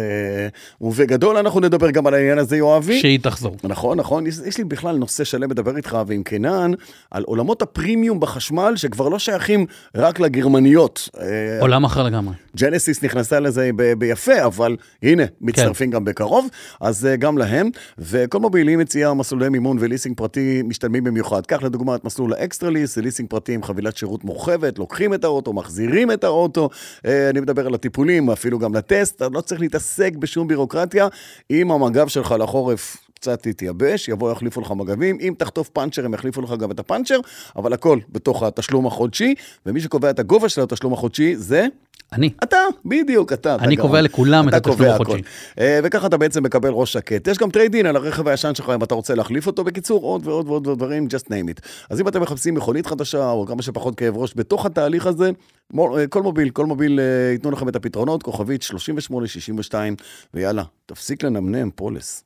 Speaker 1: ובגדול אנחנו נדבר גם על העניין הזה, יואבי.
Speaker 2: שהיא תחזור.
Speaker 1: נכון, נכון. יש, יש לי בכלל נושא שלם לדבר איתך ועם קינן, על עולמות הפרימיום בחשמל, שכבר לא שייכים רק לגרמניות. אה,
Speaker 2: עולם אחר לגמרי.
Speaker 1: ג'נסיס נכנסה לזה ב- ביפה, אבל הנה, מצטרפים גם בקרוב, אז אה, גם להם. וכל מובילים מציעה מסלולי מימון וליסינג פרטי משתלמים במיוחד. קח לדוגמה את מסלול האקסטרה ליס, זה ליסינג פרטי עם חבילת שירות מורחבת, לוקחים את האוטו, מחזירים את האוטו. אה, אני מדבר על הטיפולים, אפילו גם לטסט, אתה לא צריך להתעסק בשום בירוקרטיה. אם המג"ב שלך לחורף... קצת תתייבש, יבואו יחליפו לך מגבים, אם תחטוף פאנצ'ר הם יחליפו לך גם את הפאנצ'ר, אבל הכל בתוך התשלום החודשי, ומי שקובע את הגובה של התשלום החודשי זה
Speaker 2: אני.
Speaker 1: אתה, בדיוק, אתה. אתה
Speaker 2: אני
Speaker 1: גאון.
Speaker 2: קובע לכולם את
Speaker 1: אתה
Speaker 2: התשלום
Speaker 1: קובע
Speaker 2: החודשי.
Speaker 1: הכל. אה, וככה אתה בעצם מקבל ראש שקט. יש גם טריידין על הרכב הישן שלך, אם אתה רוצה להחליף אותו. בקיצור, עוד ועוד ועוד ועוד דברים, just name it. אז אם אתם מחפשים מכונית חדשה, או כמה שפחות כאב ראש בתוך התהליך הזה, מול- אה, כל מוביל, כל מוביל אה, ייתנו לכם את הפתרונות, כוכבית 3862, ויאללה, תפסיק לנמנם, פולס.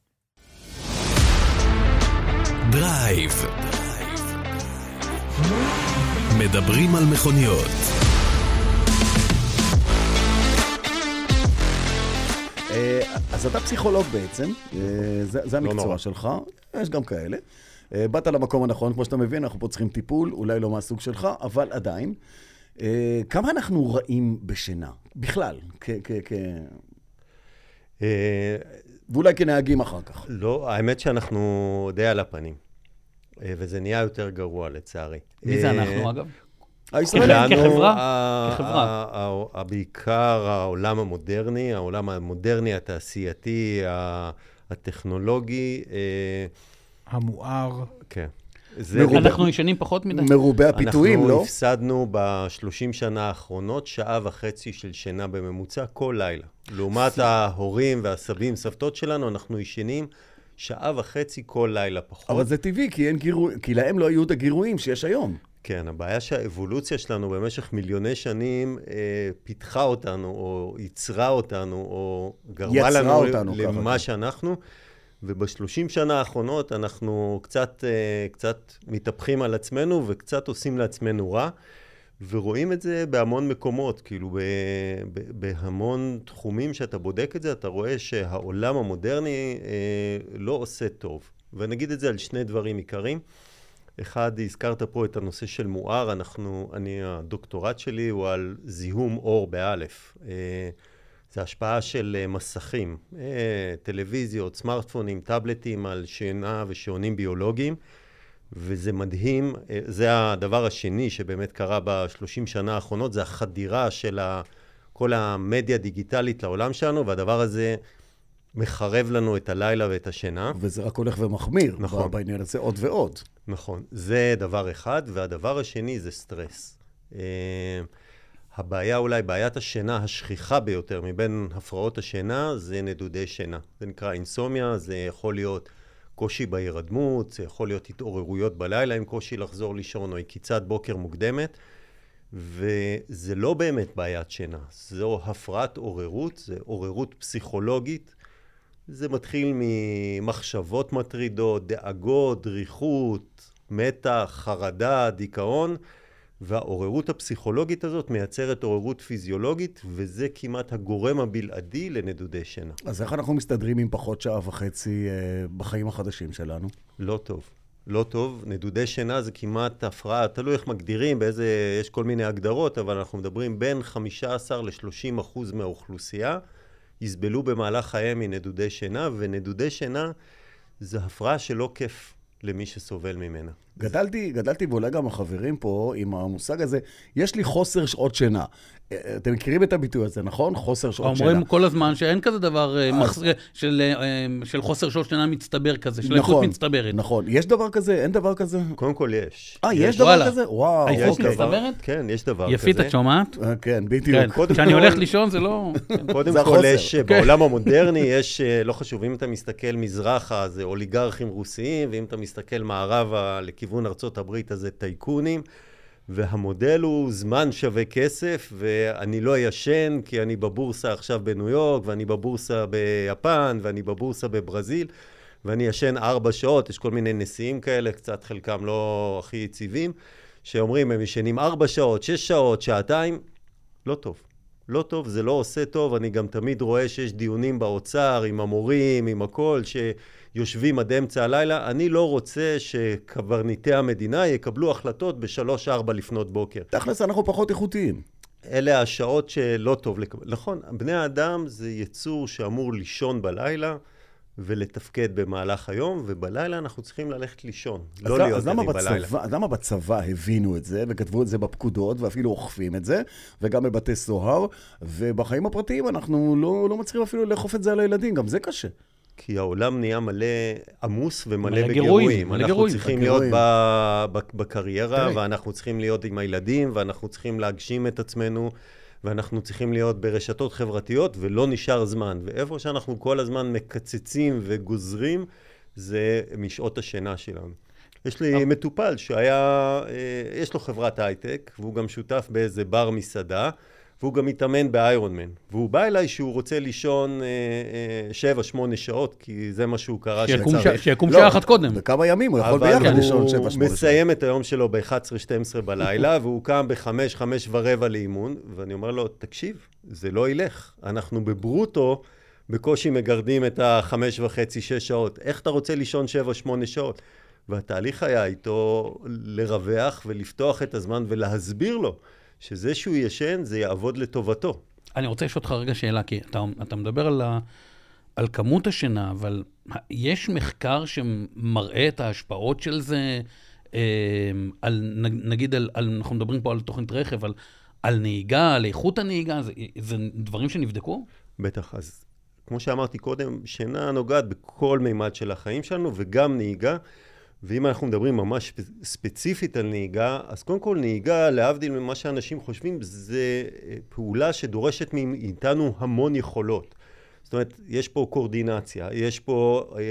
Speaker 5: דרייב. מדברים על מכוניות.
Speaker 1: אה, אז אתה פסיכולוג בעצם, אה, זה זה
Speaker 4: לא
Speaker 1: המקצוע
Speaker 4: נורא.
Speaker 1: שלך, יש גם כאלה. אה, באת למקום הנכון, כמו שאתה מבין, אנחנו פה צריכים טיפול, אולי לא מהסוג שלך, אבל עדיין. אה, כמה אנחנו רעים בשינה? בכלל, כ- כ- כ-
Speaker 4: אה,
Speaker 1: ואולי כנהגים אחר כך.
Speaker 4: לא, האמת שאנחנו די על הפנים. אה, וזה נהיה יותר גרוע, לצערי.
Speaker 2: מי זה
Speaker 4: אה,
Speaker 2: אנחנו אגב?
Speaker 1: הישראלים,
Speaker 2: כולנו. כחברה?
Speaker 4: ה-
Speaker 2: כחברה.
Speaker 4: ה- ה- בעיקר העולם המודרני, העולם המודרני, התעשייתי, ה- הטכנולוגי, אה,
Speaker 3: המואר.
Speaker 4: כן. זה-
Speaker 1: מרוב- רובנו-
Speaker 2: אנחנו ישנים פחות מדי.
Speaker 1: מרובי הפיתויים,
Speaker 4: אנחנו
Speaker 1: לא?
Speaker 4: הפסדנו ב-30 שנה האחרונות שעה וחצי של שינה בממוצע כל לילה. לעומת ההורים והסבים, סבתות שלנו, אנחנו ישנים שעה וחצי כל לילה פחות.
Speaker 1: אבל זה טבעי, כי אין גירוי- כי להם לא היו את הגירויים שיש היום.
Speaker 4: כן, הבעיה שהאבולוציה שלנו במשך מיליוני שנים אה, פיתחה אותנו, או ייצרה אותנו, או גרמה
Speaker 1: יצרה
Speaker 4: לנו
Speaker 1: אותנו, ככה. כן.
Speaker 4: למה שאנחנו, ובשלושים שנה האחרונות אנחנו קצת, אה, קצת מתהפכים על עצמנו וקצת עושים לעצמנו רע, ורואים את זה בהמון מקומות, כאילו ב, ב, בהמון תחומים שאתה בודק את זה, אתה רואה שהעולם המודרני אה, לא עושה טוב. ונגיד את זה על שני דברים עיקריים. אחד, הזכרת פה את הנושא של מואר, אנחנו, אני, הדוקטורט שלי הוא על זיהום אור באלף. אה, זה השפעה של אה, מסכים, אה, טלוויזיות, סמארטפונים, טאבלטים על שינה ושעונים ביולוגיים, וזה מדהים, אה, זה הדבר השני שבאמת קרה בשלושים שנה האחרונות, זה החדירה של ה, כל המדיה הדיגיטלית לעולם שלנו, והדבר הזה מחרב לנו את הלילה ואת השינה.
Speaker 1: וזה רק הולך ומחמיר
Speaker 4: נכון.
Speaker 1: בעניין הזה עוד ועוד.
Speaker 4: נכון, זה דבר אחד, והדבר השני זה סטרס. אה, הבעיה אולי, בעיית השינה השכיחה ביותר מבין הפרעות השינה, זה נדודי שינה. זה נקרא אינסומיה, זה יכול להיות קושי בהירדמות, זה יכול להיות התעוררויות בלילה עם קושי לחזור לישון או עקיצת בוקר מוקדמת, וזה לא באמת בעיית שינה, זו הפרעת עוררות, זה עוררות פסיכולוגית. זה מתחיל ממחשבות מטרידות, דאגות, דריכות, מתח, חרדה, דיכאון, והעוררות הפסיכולוגית הזאת מייצרת עוררות פיזיולוגית, וזה כמעט הגורם הבלעדי לנדודי שינה.
Speaker 1: אז איך אנחנו מסתדרים עם פחות שעה וחצי אה, בחיים החדשים שלנו?
Speaker 4: לא טוב. לא טוב, נדודי שינה זה כמעט הפרעה, תלוי איך מגדירים, באיזה, יש כל מיני הגדרות, אבל אנחנו מדברים בין 15 ל-30 אחוז מהאוכלוסייה יסבלו במהלך חייהם מנדודי שינה, ונדודי שינה זה הפרעה שלא כיף למי שסובל ממנה.
Speaker 1: גדלתי, גדלתי, ואולי גם החברים פה, עם המושג הזה, יש לי חוסר שעות שינה. אה, אתם מכירים את הביטוי הזה, נכון? חוסר שעות שינה.
Speaker 2: אומרים כל הזמן שאין כזה דבר אה, מחס- של, אה, אה, של חוסר שעות שינה מצטבר כזה, של איכות
Speaker 1: נכון,
Speaker 2: מצטברת.
Speaker 1: נכון. יש דבר כזה? אין דבר כזה?
Speaker 4: קונות כל יש.
Speaker 1: אה, יש
Speaker 2: וואלה.
Speaker 1: דבר כזה? וואו.
Speaker 2: יש
Speaker 1: אוקיי.
Speaker 2: דבר. מצטברת?
Speaker 4: כן, יש דבר כזה.
Speaker 2: יפית, את שומעת?
Speaker 1: אה, כן,
Speaker 2: כן,
Speaker 1: בדיוק.
Speaker 4: קודם
Speaker 2: כשאני
Speaker 4: כל-
Speaker 2: הולך לישון זה לא... כן.
Speaker 4: קודם
Speaker 1: זה
Speaker 4: כל,
Speaker 1: החוסר.
Speaker 4: יש, בעולם המודרני יש, אה, לא חשוב, אם אתה מסתכל מזרחה, זה אוליגרכים רוסיים, ואם אתה מסתכל מערבה לכיוון ארצות הברית, אז זה טייקונים. והמודל הוא זמן שווה כסף, ואני לא ישן כי אני בבורסה עכשיו בניו יורק, ואני בבורסה ביפן, ואני בבורסה בברזיל, ואני ישן ארבע שעות, יש כל מיני נשיאים כאלה, קצת חלקם לא הכי יציבים, שאומרים, הם ישנים ארבע שעות, שש שעות, שעתיים, לא טוב. לא טוב, זה לא עושה טוב, אני גם תמיד רואה שיש דיונים באוצר, עם המורים, עם הכל, שיושבים עד אמצע הלילה. אני לא רוצה שקברניטי המדינה יקבלו החלטות בשלוש-ארבע לפנות בוקר.
Speaker 1: תכלס, אנחנו פחות איכותיים.
Speaker 4: אלה השעות שלא טוב לקבל. נכון, בני האדם זה יצור שאמור לישון בלילה ולתפקד במהלך היום, ובלילה אנחנו צריכים ללכת לישון, לא
Speaker 1: אז למה-
Speaker 4: להיות
Speaker 1: אז למה
Speaker 4: ערים בלילה.
Speaker 1: בצבא, אז למה בצבא הבינו את זה, וכתבו את זה בפקודות, ואפילו אוכפים את זה, וגם בבתי סוהר, ובחיים הפרטיים אנחנו לא, לא מצליחים אפילו לאכוף את זה על הילדים, גם זה קשה.
Speaker 4: כי העולם נהיה מלא עמוס ומלא
Speaker 2: מלא גירויים,
Speaker 4: בגירויים.
Speaker 2: מלא
Speaker 4: אנחנו
Speaker 2: גירויים,
Speaker 4: צריכים להיות
Speaker 1: בגירויים.
Speaker 4: ב- ב- בקריירה,
Speaker 1: תראי.
Speaker 4: ואנחנו צריכים להיות עם הילדים, ואנחנו צריכים להגשים את עצמנו, ואנחנו צריכים להיות ברשתות חברתיות, ולא נשאר זמן. ואיפה שאנחנו כל הזמן מקצצים וגוזרים, זה משעות השינה שלנו. יש
Speaker 2: אוקיי.
Speaker 4: לי מטופל שהיה, אה, יש לו חברת הייטק, והוא גם שותף באיזה בר מסעדה, והוא גם מתאמן באיירון מן. והוא בא אליי שהוא רוצה לישון אה, אה, שבע, שמונה שעות, כי זה מה שהוא קרא
Speaker 2: שיקום
Speaker 4: שצריך.
Speaker 2: שע- שיקום שעה אחת קודם.
Speaker 1: בכמה ימים, הוא יכול
Speaker 4: אבל
Speaker 1: ביחד לישון
Speaker 4: הוא
Speaker 1: שבע, שמונה שעות.
Speaker 4: מסיים את היום שלו ב-11-12 בלילה, והוא קם ב-5, 5 ורבע לאימון, ואני אומר לו, תקשיב, זה לא ילך. אנחנו בברוטו בקושי מגרדים את החמש וחצי, שש שעות. איך אתה רוצה לישון שבע, שמונה שעות? והתהליך היה איתו לרווח ולפתוח את הזמן ולהסביר לו שזה שהוא ישן, זה יעבוד לטובתו.
Speaker 2: אני רוצה לשאול אותך רגע שאלה, כי אתה, אתה מדבר על, ה, על כמות השינה, אבל יש מחקר שמראה את ההשפעות של זה, אה, על, נג- נגיד, על, על, אנחנו מדברים פה על תוכנית רכב, על, על נהיגה, על איכות הנהיגה, זה, זה דברים שנבדקו?
Speaker 4: בטח, אז כמו שאמרתי קודם, שינה נוגעת בכל מימד של החיים שלנו, וגם נהיגה. ואם אנחנו מדברים ממש ספ- ספציפית על נהיגה, אז קודם כל נהיגה, להבדיל ממה שאנשים חושבים, זה אה, פעולה שדורשת מאיתנו המון יכולות. זאת אומרת, יש פה קואורדינציה, יש פה אה,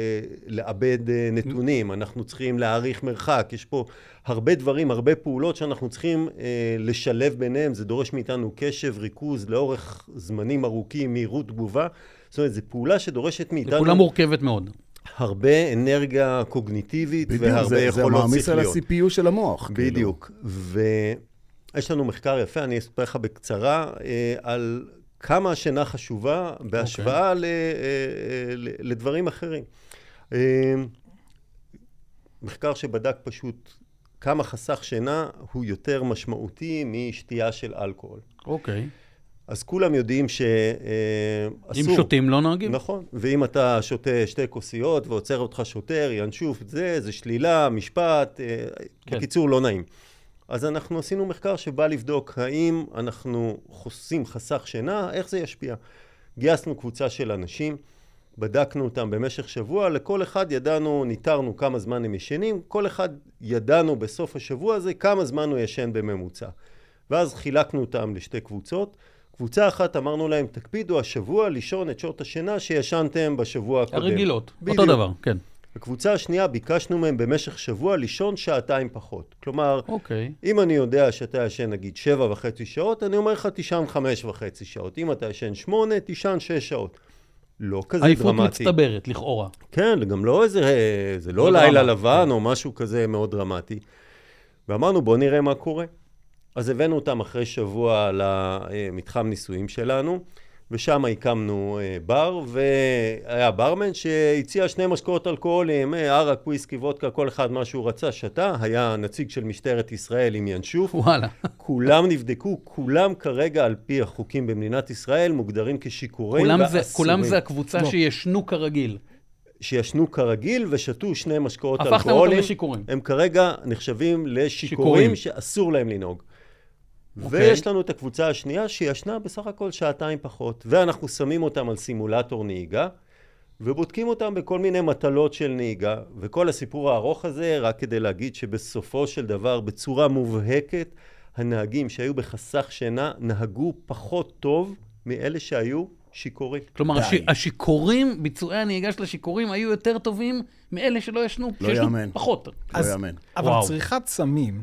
Speaker 4: לעבד אה, נתונים, אנחנו צריכים להעריך מרחק, יש פה הרבה דברים, הרבה פעולות שאנחנו צריכים אה, לשלב ביניהם, זה דורש מאיתנו קשב, ריכוז, לאורך זמנים ארוכים, מהירות תגובה. זאת אומרת, זו פעולה שדורשת
Speaker 2: זו
Speaker 4: מאיתנו...
Speaker 2: פעולה מורכבת מאוד.
Speaker 4: הרבה אנרגיה קוגניטיבית
Speaker 1: בדיוק,
Speaker 4: והרבה
Speaker 1: זה, זה
Speaker 4: יכולות
Speaker 1: מעמיס על
Speaker 4: שכליות.
Speaker 1: ה-CPU של המוח. כאילו.
Speaker 4: בדיוק. ויש לנו מחקר יפה, אני אספר לך בקצרה, אה, על כמה השינה חשובה בהשוואה
Speaker 1: אוקיי.
Speaker 4: ל, אה, אה, ל- לדברים אחרים. אה, מחקר שבדק פשוט כמה חסך שינה הוא יותר משמעותי משתייה של אלכוהול.
Speaker 2: אוקיי.
Speaker 4: אז כולם יודעים אה,
Speaker 2: אם
Speaker 4: שאסור.
Speaker 2: שותים לא נוהגים?
Speaker 4: נכון, ואם אתה שותה שתי כוסיות ועוצר אותך שוטר, ינשוף את זה, זה שלילה, משפט, אה,
Speaker 2: כן.
Speaker 4: בקיצור, לא נעים. אז אנחנו עשינו מחקר שבא לבדוק האם אנחנו חוסים חסך שינה, איך זה ישפיע. גייסנו קבוצה של אנשים, בדקנו אותם במשך שבוע, לכל אחד ידענו, ניטרנו כמה זמן הם ישנים, כל אחד ידענו בסוף השבוע הזה כמה זמן הוא ישן בממוצע. ואז חילקנו אותם לשתי קבוצות. קבוצה אחת אמרנו להם, תקפידו השבוע לישון את שעות השינה שישנתם בשבוע הקודם.
Speaker 2: הרגילות, אותו
Speaker 4: בדיוק.
Speaker 2: דבר, כן.
Speaker 4: בקבוצה השנייה ביקשנו מהם במשך שבוע לישון שעתיים פחות. כלומר,
Speaker 2: אוקיי.
Speaker 4: אם אני יודע שאתה ישן נגיד שבע וחצי שעות, אני אומר לך תישן חמש וחצי שעות. אם אתה ישן שמונה, תישן שש שעות. לא כזה
Speaker 2: עייפות
Speaker 4: דרמטי.
Speaker 2: מצטברת, לכאורה.
Speaker 4: כן, גם לא איזה, אה, זה
Speaker 2: לא
Speaker 4: לא לילה
Speaker 2: דרמה.
Speaker 4: לבן או משהו כזה מאוד דרמטי. ואמרנו, בואו נראה מה קורה. אז הבאנו אותם אחרי שבוע למתחם נישואים שלנו, ושם הקמנו אה, בר, והיה ברמן שהציע שני משקאות אלכוהוליים, אה, ערק, וויסקי, וודקה, כל אחד מה שהוא רצה, שתה, היה נציג של משטרת ישראל עם ינשוף.
Speaker 2: וואלה.
Speaker 4: כולם נבדקו, כולם כרגע על פי החוקים במדינת ישראל מוגדרים כשיכורים
Speaker 2: כולם זה-
Speaker 4: ואסורים.
Speaker 2: כולם זה הקבוצה
Speaker 3: לא.
Speaker 2: שישנו כרגיל.
Speaker 4: שישנו כרגיל ושתו שני משקאות
Speaker 2: הפכתם אותם
Speaker 4: אלכוהולים.
Speaker 2: לשיכורים.
Speaker 4: הם כרגע נחשבים
Speaker 2: שיכורים.
Speaker 4: לשיכורים שאסור להם לנהוג.
Speaker 2: אוקיי.
Speaker 4: ויש לנו את הקבוצה השנייה שישנה בסך הכל שעתיים פחות, ואנחנו שמים אותם על סימולטור נהיגה, ובודקים אותם בכל מיני מטלות של נהיגה, וכל הסיפור הארוך הזה רק כדי להגיד שבסופו של דבר, בצורה מובהקת, הנהגים שהיו בחסך שינה נהגו פחות טוב מאלה שהיו שיכורים.
Speaker 2: כלומר,
Speaker 1: די.
Speaker 2: הש- השיכורים, ביצועי הנהיגה של השיכורים היו יותר טובים מאלה שלא ישנו,
Speaker 1: לא
Speaker 2: שישנו
Speaker 1: יאמן.
Speaker 2: פחות.
Speaker 1: לא
Speaker 3: אז-
Speaker 1: יאמן.
Speaker 3: אבל
Speaker 2: וואו.
Speaker 3: צריכת סמים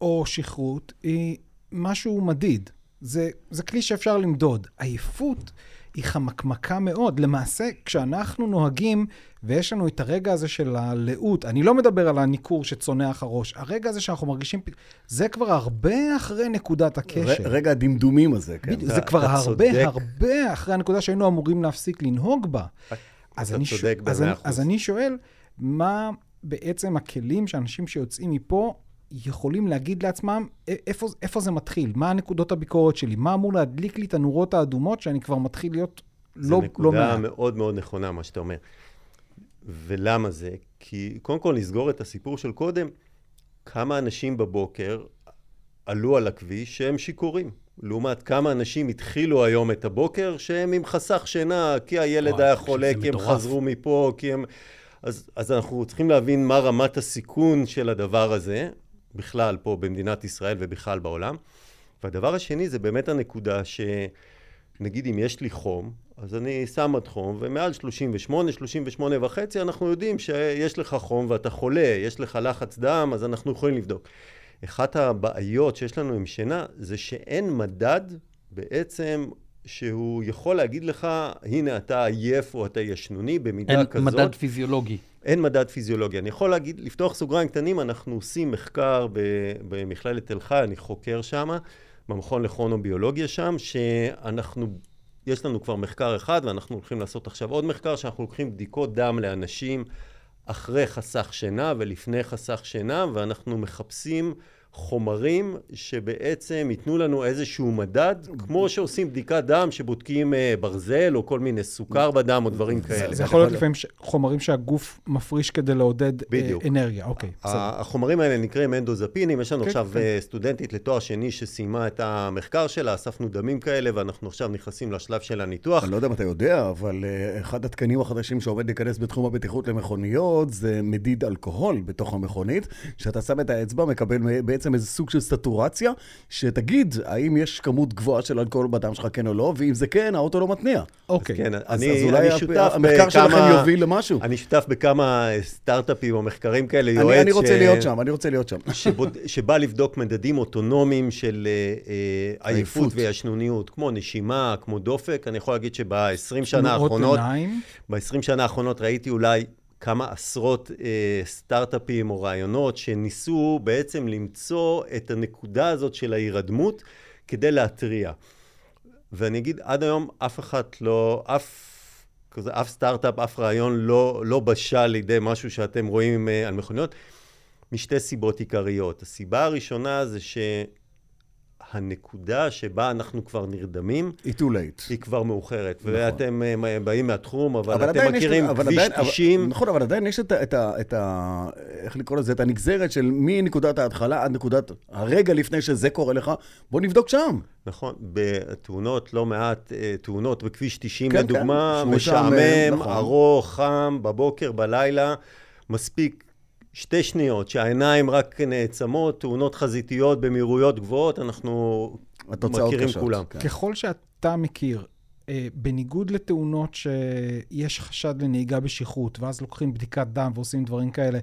Speaker 3: או שכרות היא משהו מדיד. זה, זה כלי שאפשר למדוד. עייפות היא חמקמקה מאוד. למעשה, כשאנחנו נוהגים, ויש לנו את הרגע הזה של הלאות, אני לא מדבר על הניכור שצונח הראש, הרגע הזה שאנחנו מרגישים, פ- זה כבר הרבה אחרי נקודת
Speaker 1: ר-
Speaker 3: הקשר.
Speaker 1: רגע הדמדומים הזה, כן.
Speaker 3: בדיוק,
Speaker 4: אתה-
Speaker 3: זה כבר
Speaker 4: אתה
Speaker 3: הרבה,
Speaker 4: צודק.
Speaker 3: הרבה אחרי הנקודה שהיינו אמורים להפסיק לנהוג בה. אז
Speaker 4: אתה
Speaker 3: אני, ש...
Speaker 4: צודק
Speaker 3: אז,
Speaker 4: במאה
Speaker 3: אני,
Speaker 4: אחוז.
Speaker 3: אז אני שואל, מה בעצם הכלים שאנשים שיוצאים מפה יכולים להגיד לעצמם, "א- איפה, איפה זה מתחיל? מה הנקודות הביקורת שלי? מה אמור להדליק לי את הנורות האדומות שאני כבר מתחיל להיות
Speaker 4: זו
Speaker 3: לא, לא
Speaker 4: נקודה
Speaker 3: מעט?
Speaker 4: מאוד מאוד נכונה, מה שאתה אומר. ולמה זה? כי קודם כל נסגור את הסיפור של קודם. כמה אנשים בבוקר עלו על הכביש שהם שיכורים, לעומת כמה אנשים התחילו היום את הבוקר שהם עם חסך שינה, כי הילד
Speaker 2: וואי,
Speaker 4: היה
Speaker 2: תקשיב,
Speaker 4: חולה,
Speaker 2: זה
Speaker 4: כי הם
Speaker 2: מטורף.
Speaker 4: חזרו מפה, כי הם... אז, אז אנחנו צריכים להבין מה רמת הסיכון של הדבר הזה, בכלל פה במדינת ישראל ובכלל בעולם. והדבר השני זה באמת הנקודה שנגיד אם יש לי חום, אז אני שם עד חום, ומעל 38, 38 וחצי, אנחנו יודעים שיש לך חום ואתה חולה, יש לך לחץ דם, אז אנחנו יכולים לבדוק. אחת הבעיות שיש לנו עם שינה זה שאין מדד בעצם שהוא יכול להגיד לך, הנה אתה עייף או אתה ישנוני במידה
Speaker 2: אין
Speaker 4: כזאת.
Speaker 2: מדד פיזיולוגי.
Speaker 4: אין מדד פיזיולוגי. אני יכול להגיד, לפתוח סוגריים קטנים, אנחנו עושים מחקר ב- במכללת תל חי, אני חוקר שם, במכון לכרונוביולוגיה שם, שאנחנו, יש לנו כבר מחקר אחד, ואנחנו הולכים לעשות עכשיו עוד מחקר, שאנחנו לוקחים בדיקות דם לאנשים אחרי חסך שינה ולפני חסך שינה, ואנחנו מחפשים... חומרים שבעצם ייתנו לנו איזשהו מדד, כמו שעושים בדיקת דם שבודקים אה, ברזל או כל מיני סוכר בדם או דברים כאלה.
Speaker 3: זה יכול להיות לפעמים ש... חומרים שהגוף מפריש כדי לעודד אה,
Speaker 4: בדיוק. אה,
Speaker 3: אנרגיה. אוקיי, בסדר.
Speaker 4: ה- החומרים האלה נקראים אנדוזפינים, יש לנו
Speaker 3: כן,
Speaker 4: עכשיו
Speaker 3: כן.
Speaker 4: אה, סטודנטית לתואר שני שסיימה את המחקר שלה, אספנו דמים כאלה ואנחנו עכשיו נכנסים לשלב של הניתוח.
Speaker 1: אני לא יודע אם אתה יודע, אבל אה, אחד התקנים החדשים שעומד להיכנס בתחום הבטיחות למכוניות זה מדיד אלכוהול בתוך המכונית. כשאתה שם את האצבע, מקבל מ- בעצם איזה סוג של סטורציה, שתגיד האם יש כמות גבוהה של אלכוהול בדם שלך, כן או לא, ואם זה כן, האוטו לא מתניע.
Speaker 3: אוקיי.
Speaker 4: כן,
Speaker 1: אז
Speaker 4: אני,
Speaker 1: אולי
Speaker 4: אני שותף
Speaker 1: המחקר
Speaker 4: בכמה...
Speaker 1: שלכם יוביל למשהו.
Speaker 4: אני שותף בכמה אה, סטארט-אפים או מחקרים כאלה, יועץ...
Speaker 1: אני, אני רוצה
Speaker 4: ש-
Speaker 1: להיות שם, אני רוצה להיות שם.
Speaker 4: שבוד... שבא לבדוק מדדים אוטונומיים של אה, אה, עייפות
Speaker 1: עייפות.
Speaker 4: וישנוניות, כמו נשימה, כמו דופק. אני יכול להגיד שב-20 שנה
Speaker 3: תנועות
Speaker 4: האחרונות,
Speaker 3: עיניים.
Speaker 4: ב-20 שנה האחרונות ראיתי אולי כמה עשרות אה, סטארט-אפים או רעיונות שניסו בעצם למצוא את הנקודה הזאת של ההירדמות כדי להתריע. ואני אגיד, עד היום אף אחת לא, אף, כזה, אף סטארט-אפ, אף רעיון לא, לא בשל לידי משהו שאתם רואים אה, על מכוניות, משתי סיבות עיקריות. הסיבה הראשונה זה ש... הנקודה שבה אנחנו כבר נרדמים
Speaker 1: It too late.
Speaker 4: היא כבר מאוחרת. ואתם אה, באים מהתחום, אבל,
Speaker 1: נכון. אבל
Speaker 4: אתם
Speaker 1: עדיין יש-
Speaker 4: מכירים
Speaker 1: אבל
Speaker 4: כביש
Speaker 1: עדיין- אבל-
Speaker 4: 90.
Speaker 1: נכון, אבל עדיין יש את ה- את ה... את ה- איך לקרוא לזה? את הנגזרת של מנקודת ההתחלה עד נקודת הרגע לפני שזה קורה לך, בוא נבדוק שם.
Speaker 4: נכון, בתאונות, לא מעט אה, תאונות בכביש 90
Speaker 1: כן,
Speaker 4: כן,
Speaker 1: כן,
Speaker 4: לדוגמה,
Speaker 1: שהוא
Speaker 4: כן. משעמם,
Speaker 1: שם,
Speaker 4: שם,
Speaker 1: נכון.
Speaker 4: נכון. ארוך, חם, בבוקר, בלילה, מספיק שתי שניות שהעיניים רק נעצמות, תאונות חזיתיות במהירויות גבוהות, אנחנו
Speaker 1: התוצאות
Speaker 4: מכירים
Speaker 1: קשות.
Speaker 4: כולם.
Speaker 1: כן.
Speaker 3: ככל שאתה מכיר, אה, בניגוד לתאונות שיש חשד לנהיגה בשכרות, ואז לוקחים בדיקת דם ועושים דברים כאלה,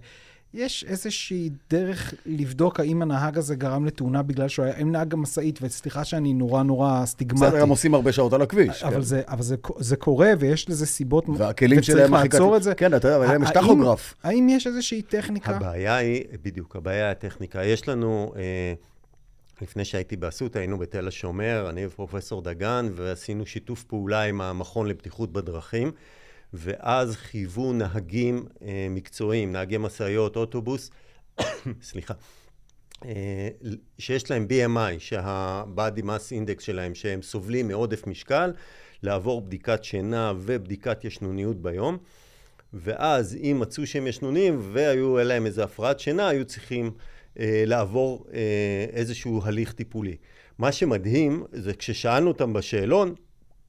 Speaker 3: יש איזושהי דרך לבדוק האם הנהג הזה גרם לתאונה בגלל שהוא היה, אם נהג משאית, וסליחה שאני נורא נורא סטיגמטי.
Speaker 1: בסדר, הם עושים הרבה שעות על הכביש.
Speaker 3: אבל,
Speaker 1: כן.
Speaker 3: זה, אבל זה, זה קורה ויש לזה סיבות,
Speaker 1: והכלים
Speaker 3: וצריך
Speaker 1: שלהם הכי
Speaker 3: לעצור
Speaker 1: קטנים.
Speaker 3: את זה.
Speaker 1: כן, אתה יודע, אבל להם יש
Speaker 3: האם-
Speaker 1: טכוגרף.
Speaker 3: האם יש איזושהי טכניקה?
Speaker 4: הבעיה היא, בדיוק, הבעיה היא הטכניקה. יש לנו, אה, לפני שהייתי באסותא, היינו בתל השומר, אני ופרופסור דגן, ועשינו שיתוף פעולה עם המכון לבטיחות בדרכים, ואז חייבו נהגים אה, מקצועיים, נהגי משאיות, אוטובוס, סליחה, אה, שיש להם BMI, שה-body mass index שלהם, שהם סובלים מעודף משקל, לעבור בדיקת שינה ובדיקת ישנוניות ביום. ואז אם מצאו שהם ישנונים והיו היה להם איזו הפרעת שינה, היו צריכים אה, לעבור אה, איזשהו הליך טיפולי. מה שמדהים זה כששאלנו אותם בשאלון,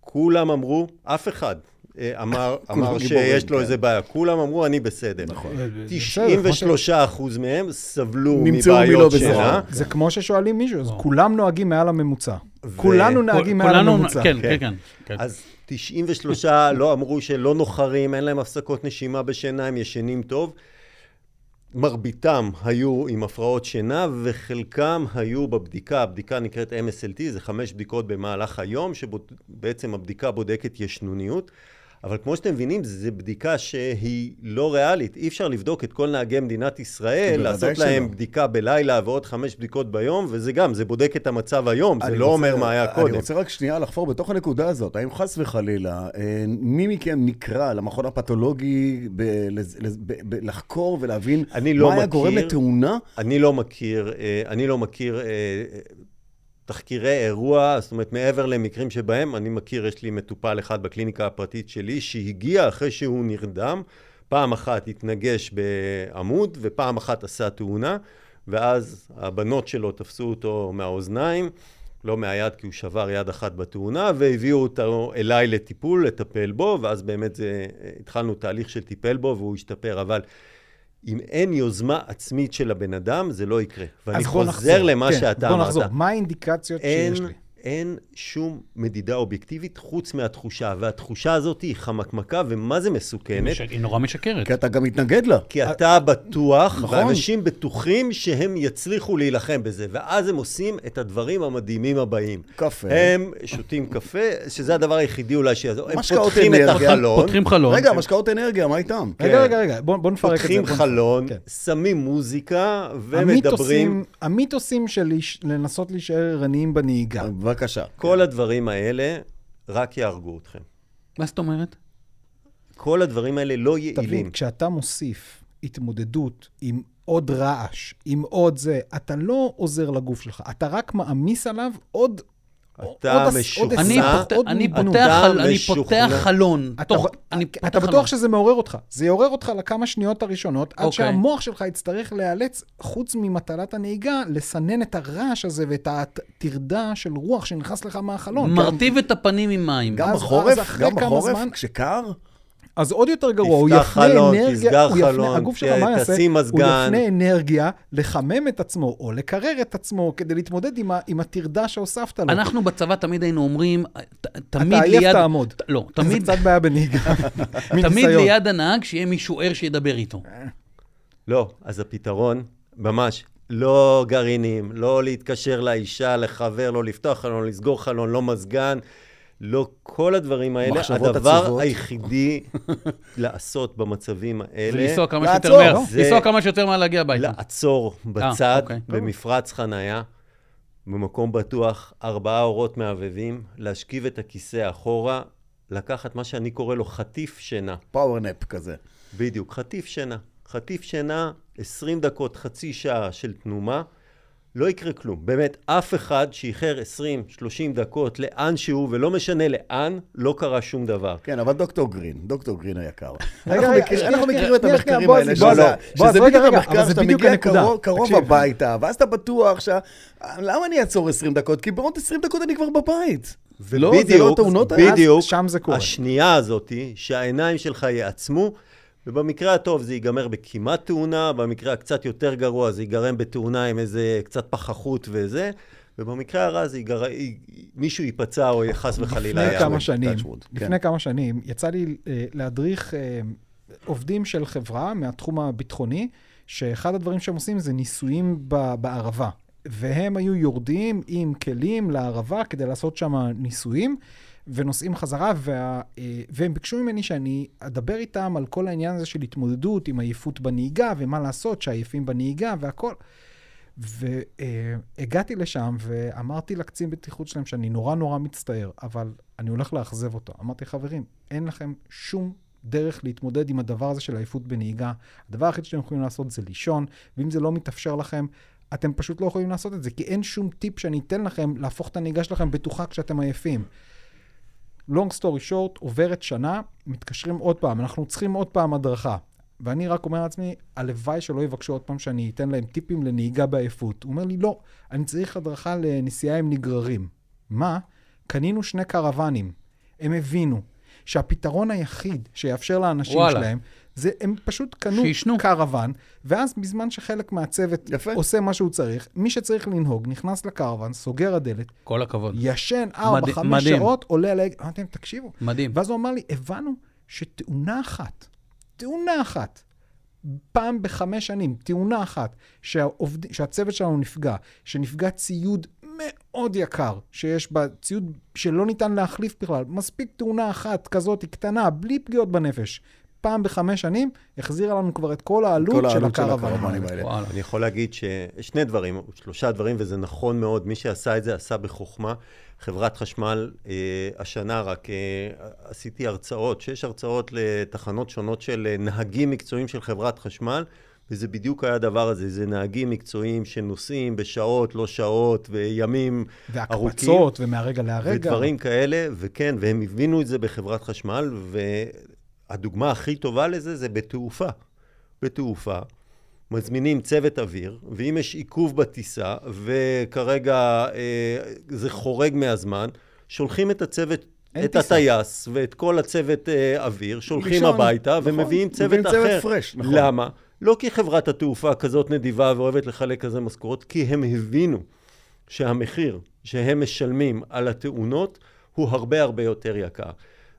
Speaker 4: כולם אמרו, אף אחד אה, אמר,
Speaker 1: כולם
Speaker 4: אמר
Speaker 1: גיבורים,
Speaker 4: שיש לו
Speaker 1: כן.
Speaker 4: איזה בעיה, כולם אמרו, אני בסדר.
Speaker 1: נכון.
Speaker 4: 93 אחוז מהם סבלו
Speaker 1: נמצאו מי לא
Speaker 4: מבעיות
Speaker 1: בסדר.
Speaker 4: שינה.
Speaker 3: זה כמו ששואלים מישהו, אז
Speaker 2: או.
Speaker 3: כולם נוהגים מעל הממוצע.
Speaker 4: ו-
Speaker 3: כולנו נהגים מעל
Speaker 2: כולנו-
Speaker 3: הממוצע.
Speaker 2: כן,
Speaker 4: כן.
Speaker 2: כן, כן, כן.
Speaker 4: אז 93 לא אמרו שלא נוחרים, אין להם הפסקות נשימה בשינה, הם ישנים טוב. מרביתם היו עם הפרעות שינה, וחלקם היו בבדיקה, הבדיקה נקראת MSLT, זה חמש בדיקות במהלך היום, שבעצם הבדיקה בודקת ישנוניות. אבל כמו שאתם מבינים, זו בדיקה שהיא לא ריאלית. אי אפשר לבדוק את כל נהגי מדינת ישראל,
Speaker 1: בוודאי
Speaker 4: לעשות
Speaker 1: שלא.
Speaker 4: להם בדיקה בלילה ועוד חמש בדיקות ביום, וזה גם, זה בודק את המצב היום, זה
Speaker 1: אני
Speaker 4: לא
Speaker 1: רוצה-
Speaker 4: אומר מה היה קודם.
Speaker 1: אני רוצה רק שנייה לחפור בתוך הנקודה הזאת. האם חס וחלילה, אה, מי מכם נקרא למכון הפתולוגי ב- לז- לז- ב- ב- לחקור ולהבין
Speaker 4: אני לא
Speaker 1: מה היה
Speaker 4: מכיר.
Speaker 1: גורם לתאונה?
Speaker 4: אני לא מכיר, אה, אני לא מכיר אה, אה, תחקירי אירוע, זאת אומרת, מעבר למקרים שבהם, אני מכיר, יש לי מטופל אחד בקליניקה הפרטית שלי, שהגיע אחרי שהוא נרדם, פעם אחת התנגש בעמוד, ופעם אחת עשה תאונה, ואז הבנות שלו תפסו אותו מהאוזניים. לא מהיד, כי הוא שבר יד אחת בתאונה, והביאו אותו אליי לטיפול, לטפל בו, ואז באמת זה, התחלנו תהליך של טיפל בו והוא השתפר, אבל אם אין יוזמה עצמית של הבן אדם, זה לא יקרה. ואני
Speaker 3: אז בוא
Speaker 4: חוזר
Speaker 3: נחזור.
Speaker 4: למה
Speaker 3: כן,
Speaker 4: שאתה
Speaker 3: בוא
Speaker 4: אמרת.
Speaker 3: נחזור. מה האינדיקציות
Speaker 4: אין,
Speaker 3: שיש לי?
Speaker 4: אין שום מדידה אובייקטיבית חוץ מהתחושה, והתחושה הזאת היא חמקמקה, ומה זה מסוכנת?
Speaker 2: מש- כן. היא נורא משקרת.
Speaker 1: כי אתה גם מתנגד לה.
Speaker 4: כי אתה בטוח,
Speaker 1: נכון.
Speaker 4: ואנשים בטוחים שהם יצליחו להילחם בזה, ואז הם עושים את הדברים המדהימים הבאים.
Speaker 1: קפה.
Speaker 4: הם שותים קפה, שזה הדבר היחידי אולי שיעזור. הם
Speaker 1: משקאות
Speaker 4: פותחים את
Speaker 1: אנרגיה.
Speaker 4: החלון,
Speaker 2: פותחים חלון.
Speaker 1: רגע, משקאות אנרגיה, מה איתם?
Speaker 4: לא, כן.
Speaker 3: רגע, רגע, רגע, בוא בוא נפרק את זה.
Speaker 4: פותחים
Speaker 3: בוא נפרק.
Speaker 4: חלון,
Speaker 3: כן.
Speaker 4: שמים מוזיקה ומדברים.
Speaker 3: המיתוסים- המיתוסים של להיש- לנסות להישאר ערניים בנהיגה.
Speaker 1: בבקשה.
Speaker 4: כל
Speaker 3: כן.
Speaker 4: הדברים האלה רק יהרגו אתכם.
Speaker 2: מה זאת אומרת?
Speaker 4: כל הדברים האלה לא יעילים.
Speaker 3: תבין, כשאתה מוסיף התמודדות עם עוד רעש, עם עוד זה, אתה לא עוזר לגוף שלך, אתה רק מעמיס עליו עוד...
Speaker 4: אתה
Speaker 3: עוד- עוד
Speaker 4: משוכנע.
Speaker 2: אני
Speaker 3: עשרה,
Speaker 2: פות-
Speaker 3: עוד
Speaker 2: אני
Speaker 3: מוגנות.
Speaker 2: פותח חל-
Speaker 4: אתה
Speaker 2: אני
Speaker 4: משוכנע.
Speaker 2: פותח חלון.
Speaker 3: אתה,
Speaker 2: תוך-
Speaker 3: ב-
Speaker 2: אני
Speaker 3: אתה
Speaker 2: פותח
Speaker 3: בטוח
Speaker 2: חלון.
Speaker 3: שזה מעורר אותך. זה יעורר אותך לכמה שניות הראשונות, עד
Speaker 2: אוקיי.
Speaker 3: שהמוח שלך יצטרך להיאלץ, חוץ ממטלת הנהיגה, לסנן את הרעש הזה ואת הטרדה של רוח שנכנס לך מהחלון. כן.
Speaker 2: מרטיב את הפנים עם מים.
Speaker 1: גם
Speaker 3: אז-
Speaker 1: בחורף?
Speaker 3: אז אחרי
Speaker 1: גם
Speaker 3: כמה
Speaker 1: בחורף?
Speaker 3: זמן-
Speaker 1: כשקר?
Speaker 3: אז עוד יותר גרוע, הוא
Speaker 4: תפתח
Speaker 3: יפנה
Speaker 4: חלון,
Speaker 3: אנרגיה,
Speaker 4: תסגר
Speaker 3: הוא יפנה,
Speaker 4: חלון,
Speaker 3: הגוף שלך,
Speaker 4: ת-
Speaker 3: מה יעשה?
Speaker 4: תשים
Speaker 3: הוא
Speaker 4: מזגן.
Speaker 3: יפנה אנרגיה לחמם את עצמו, או לקרר את עצמו, כדי להתמודד עם, ה, עם הטרדה שהוספת לו.
Speaker 2: אנחנו בצבא תמיד היינו אומרים, אה, ת- תמיד
Speaker 3: אתה
Speaker 2: ליד...
Speaker 3: עייף, תעמוד.
Speaker 2: ת- לא,
Speaker 3: זה
Speaker 2: תמיד
Speaker 3: קצת בעיה בנהיגה,
Speaker 2: תמיד
Speaker 3: מניסיון.
Speaker 2: ליד הנהג שיהיה מישהו ער שידבר איתו.
Speaker 3: אה,
Speaker 4: לא, אז הפתרון, ממש, לא גרעינים, לא להתקשר לאישה, לחבר, לא לפתוח חלון, לסגור חלון, לא מזגן, לא כל הדברים האלה.
Speaker 1: מחשבות
Speaker 4: הדבר
Speaker 1: עצובות.
Speaker 4: היחידי לעשות במצבים האלה...
Speaker 2: ולנסוע כמה שיותר
Speaker 1: לעצור,
Speaker 2: מהר.
Speaker 4: לא?
Speaker 2: לנסוע
Speaker 4: זה-
Speaker 2: כמה שיותר מהר להגיע הביתה.
Speaker 3: לא,
Speaker 4: לעצור
Speaker 2: אה,
Speaker 4: בצד,
Speaker 2: אוקיי.
Speaker 4: במפרץ חנייה, במקום בטוח, ארבעה אורות מעבבים, להשכיב את הכיסא אחורה, לקחת מה שאני קורא לו חטיף שינה.
Speaker 1: פאוורנפ כזה.
Speaker 4: בדיוק, חטיף שינה. חטיף שינה, 20 דקות, חצי שעה של תנומה, לא יקרה כלום. באמת, אף אחד שאיחר 20-30 דקות לאן שהוא, ולא משנה לאן, לא קרה שום דבר.
Speaker 1: כן, אבל דוקטור גרין, דוקטור גרין היקר.
Speaker 3: רגע,
Speaker 1: אנחנו
Speaker 3: רגע,
Speaker 1: מכיר-
Speaker 3: שנייה,
Speaker 1: אנחנו
Speaker 3: שנייה,
Speaker 1: מכירים את
Speaker 3: שנייה,
Speaker 1: המחקרים
Speaker 3: בועז,
Speaker 1: האלה,
Speaker 3: בועז,
Speaker 1: שזה-
Speaker 3: בועז,
Speaker 1: שזה
Speaker 3: רגע,
Speaker 1: בדיוק
Speaker 3: רגע, אבל
Speaker 1: המחקר
Speaker 3: זה
Speaker 1: שאתה
Speaker 3: בדיוק
Speaker 1: מגיע
Speaker 3: הנקודה.
Speaker 1: קרוב- קרוב
Speaker 3: תקשיב.
Speaker 1: הביתה, ואז אתה בטוח שה... למה אני אעצור 20 דקות? כי בעוד 20 דקות אני כבר בבית. לא, זה לא
Speaker 4: בדיוק,
Speaker 1: התאונות האלה.
Speaker 4: בדיוק,
Speaker 3: אז שם זה קורה.
Speaker 4: השנייה הזאתי, שהעיניים שלך יעצמו, ובמקרה הטוב זה ייגמר בכמעט תאונה, במקרה הקצת יותר גרוע זה ייגרם בתאונה עם איזה קצת פחחות וזה, ובמקרה הרע זה ייגר... י- מישהו ייפצע או יהיה חס וחלילה.
Speaker 3: לפני
Speaker 4: יהיה
Speaker 3: כמה
Speaker 4: הרוג.
Speaker 3: שנים,
Speaker 1: touch wood, כן.
Speaker 3: לפני כמה שנים, יצא לי אה, להדריך אה, עובדים של חברה מהתחום הביטחוני, שאחד הדברים שהם עושים זה ניסויים ב- בערבה. והם היו יורדים עם כלים לערבה כדי לעשות שם ניסויים, ונוסעים חזרה, וה, אה, והם ביקשו ממני שאני אדבר איתם על כל העניין הזה של התמודדות עם עייפות בנהיגה, ומה לעשות שעייפים בנהיגה והכל. והגעתי לשם ואמרתי לקצין בטיחות שלהם שאני נורא נורא מצטער, אבל אני הולך לאכזב אותו. אמרתי, חברים, אין לכם שום דרך להתמודד עם הדבר הזה של עייפות בנהיגה. הדבר היחיד שאתם יכולים לעשות זה לישון, ואם זה לא מתאפשר לכם, אתם פשוט לא יכולים לעשות את זה, כי אין שום טיפ שאני אתן לכם להפוך את הנהיגה שלכם בטוחה כשאתם עייפים. long story short, עוברת שנה, מתקשרים עוד פעם, אנחנו צריכים עוד פעם הדרכה. ואני רק אומר לעצמי, הלוואי שלא יבקשו עוד פעם שאני אתן להם טיפים לנהיגה בעייפות. הוא אומר לי, לא, אני צריך הדרכה לנסיעה עם נגררים. מה? קנינו שני קרוונים. הם הבינו שהפתרון היחיד שיאפשר לאנשים
Speaker 2: וואלה.
Speaker 3: וואלה. שלהם, זה הם פשוט קנו
Speaker 2: שישנו.
Speaker 3: קרוון, ואז בזמן שחלק מהצוות
Speaker 1: יפה.
Speaker 3: עושה מה שהוא צריך, מי שצריך לנהוג נכנס לקרוון, סוגר הדלת,
Speaker 2: כל הכבוד.
Speaker 3: ישן
Speaker 2: מד-
Speaker 3: 4-5
Speaker 2: מדהים.
Speaker 3: שעות, עולה על ההגה. אמרתי להם, תקשיבו.
Speaker 2: מדהים.
Speaker 3: ואז הוא אמר לי, הבנו שתאונה אחת, תאונה אחת, פעם בחמש שנים, תאונה אחת, שהעובד, שהצוות שלנו נפגע, שנפגע ציוד מאוד יקר, שיש בה ציוד שלא ניתן להחליף בכלל, מספיק תאונה אחת כזאת קטנה, בלי פגיעות בנפש. פעם בחמש שנים, החזירה לנו כבר את כל העלות
Speaker 1: כל
Speaker 3: של
Speaker 1: העלות של
Speaker 3: הקרוונים
Speaker 1: הקרוונים
Speaker 3: האלה.
Speaker 1: האלה.
Speaker 2: וואלה.
Speaker 4: אני יכול להגיד ששני דברים, או שלושה דברים, וזה נכון מאוד. מי שעשה את זה, עשה בחוכמה. חברת חשמל, אה, השנה רק אה, עשיתי הרצאות, שש הרצאות לתחנות שונות של אה, נהגים מקצועיים של חברת חשמל, וזה בדיוק היה הדבר הזה. זה נהגים מקצועיים שנוסעים בשעות, לא שעות, וימים ארוכים.
Speaker 3: והקפצות, ומהרגע להרגע.
Speaker 4: ודברים כאלה, וכן, והם הבינו את זה בחברת חשמל, והדוגמה הכי טובה לזה זה בתעופה. בתעופה, מזמינים צוות אוויר, ואם יש עיכוב בטיסה, וכרגע אה, זה חורג מהזמן, שולחים את הצוות...
Speaker 3: אין
Speaker 4: את
Speaker 3: טיסה.
Speaker 4: הטייס ואת כל הצוות אה, אוויר, שולחים
Speaker 1: לישון,
Speaker 4: הביתה
Speaker 1: נכון.
Speaker 4: ומביאים צוות
Speaker 1: מביאים
Speaker 4: אחר.
Speaker 1: צוות fresh, נכון.
Speaker 4: למה? לא כי חברת התעופה כזאת נדיבה ואוהבת לחלק כזה משכורות, כי הם הבינו שהמחיר שהם משלמים על התאונות הוא הרבה הרבה יותר יקר.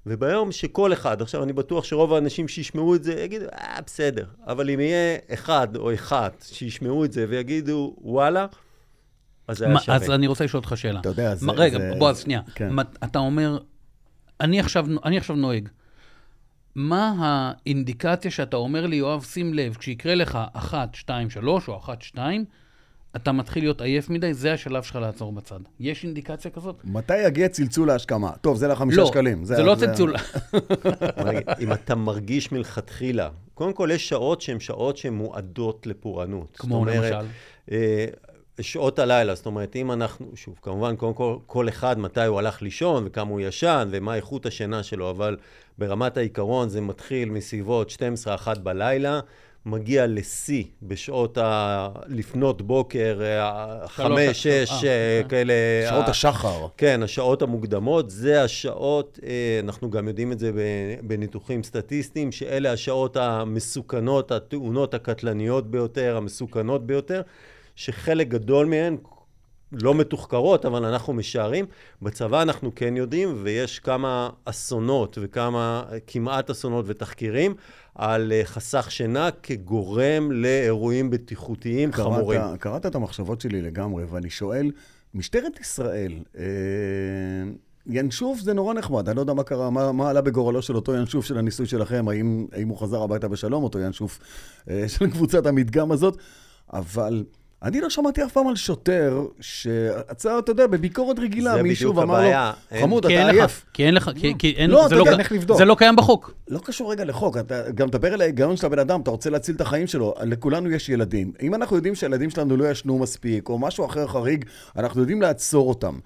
Speaker 4: וביום שכל אחד, עכשיו אני בטוח שרוב האנשים שישמעו את זה יגידו, אה, בסדר. אבל אם יהיה אחד או אחת שישמעו את זה ויגידו, וואלה, אז זה היה
Speaker 2: מה,
Speaker 4: שווה.
Speaker 2: אז אני רוצה לשאול אותך שאלה.
Speaker 1: אתה יודע, זה-
Speaker 2: מה- רגע,
Speaker 1: זה-
Speaker 2: בועז, שנייה.
Speaker 1: כן.
Speaker 2: מה- אתה אומר, אני עכשיו אני עכשיו נוהג. מה האינדיקציה שאתה אומר לי, יואב, שים לב, כשיקרה לך 1, 2, 3 או 1, 2, אתה מתחיל להיות עייף מדי, זה השלב שלך לעצור בצד. יש אינדיקציה כזאת?
Speaker 1: מתי יגיע צלצול ההשכמה? טוב, זה לחמישה
Speaker 2: לא,
Speaker 1: שקלים.
Speaker 2: זה לא צלצול.
Speaker 4: בוא נגיד, אם אתה מרגיש מלכתחילה, קודם כל יש שעות שהן שעות שהן מועדות לפורענות.
Speaker 2: כמו
Speaker 4: זאת אומרת,
Speaker 2: למשל?
Speaker 4: אה, שעות הלילה, זאת אומרת, אם אנחנו, שוב, כמובן, קודם כל, כל אחד, מתי הוא הלך לישון, וכמה הוא ישן, ומה איכות השינה שלו, אבל ברמת העיקרון זה מתחיל מסביבות 12-1 בלילה, מגיע לשיא בשעות ה... לפנות בוקר,
Speaker 2: שלוש,
Speaker 4: 5, 6,
Speaker 2: אה, אה.
Speaker 4: כאלה...
Speaker 1: שעות
Speaker 4: ה-
Speaker 1: השחר.
Speaker 4: כן, השעות המוקדמות, זה השעות, אה, אנחנו גם יודעים את זה ב- בניתוחים סטטיסטיים, שאלה השעות המסוכנות, התאונות הקטלניות ביותר, המסוכנות ביותר, שחלק גדול מהן לא מתוחקרות, אבל אנחנו משערים. בצבא אנחנו כן יודעים, ויש כמה אסונות וכמה, כמעט אסונות ותחקירים, על אה, חסך שינה כגורם לאירועים בטיחותיים חמורים.
Speaker 1: קראת, קראת את המחשבות שלי לגמרי, ואני שואל, משטרת ישראל, אה, ינשוף זה נורא נחמד, אני לא יודע מה קרה, מה, מה עלה בגורלו של אותו ינשוף של הניסוי שלכם, האם, האם הוא חזר הביתה בשלום, אותו ינשוף אה, של קבוצת המדגם הזאת, אבל אני לא שמעתי אף פעם על שוטר שעצר, אתה יודע, בביקורת רגילה,
Speaker 4: זה
Speaker 1: מישהו
Speaker 4: בדיוק
Speaker 1: ואמר
Speaker 4: הבעיה. כן
Speaker 1: לו,
Speaker 4: אין-
Speaker 1: חמוד,
Speaker 2: כי
Speaker 1: אתה
Speaker 2: אין לך-
Speaker 1: עייף.
Speaker 2: כי אין לך, כי- כי אין,
Speaker 1: לא,
Speaker 2: זה
Speaker 1: אתה
Speaker 2: לא
Speaker 1: יודע,
Speaker 2: ק-
Speaker 3: לך לבדוק.
Speaker 2: זה לא קיים בחוק.
Speaker 1: לא קשור רגע לחוק, אתה גם מדבר על ההיגיון של הבן אדם, אתה רוצה להציל את החיים שלו, לכולנו יש ילדים. אם אנחנו יודעים שהילדים שלנו לא ישנו מספיק, או משהו אחר חריג, אנחנו יודעים לעצור אותם.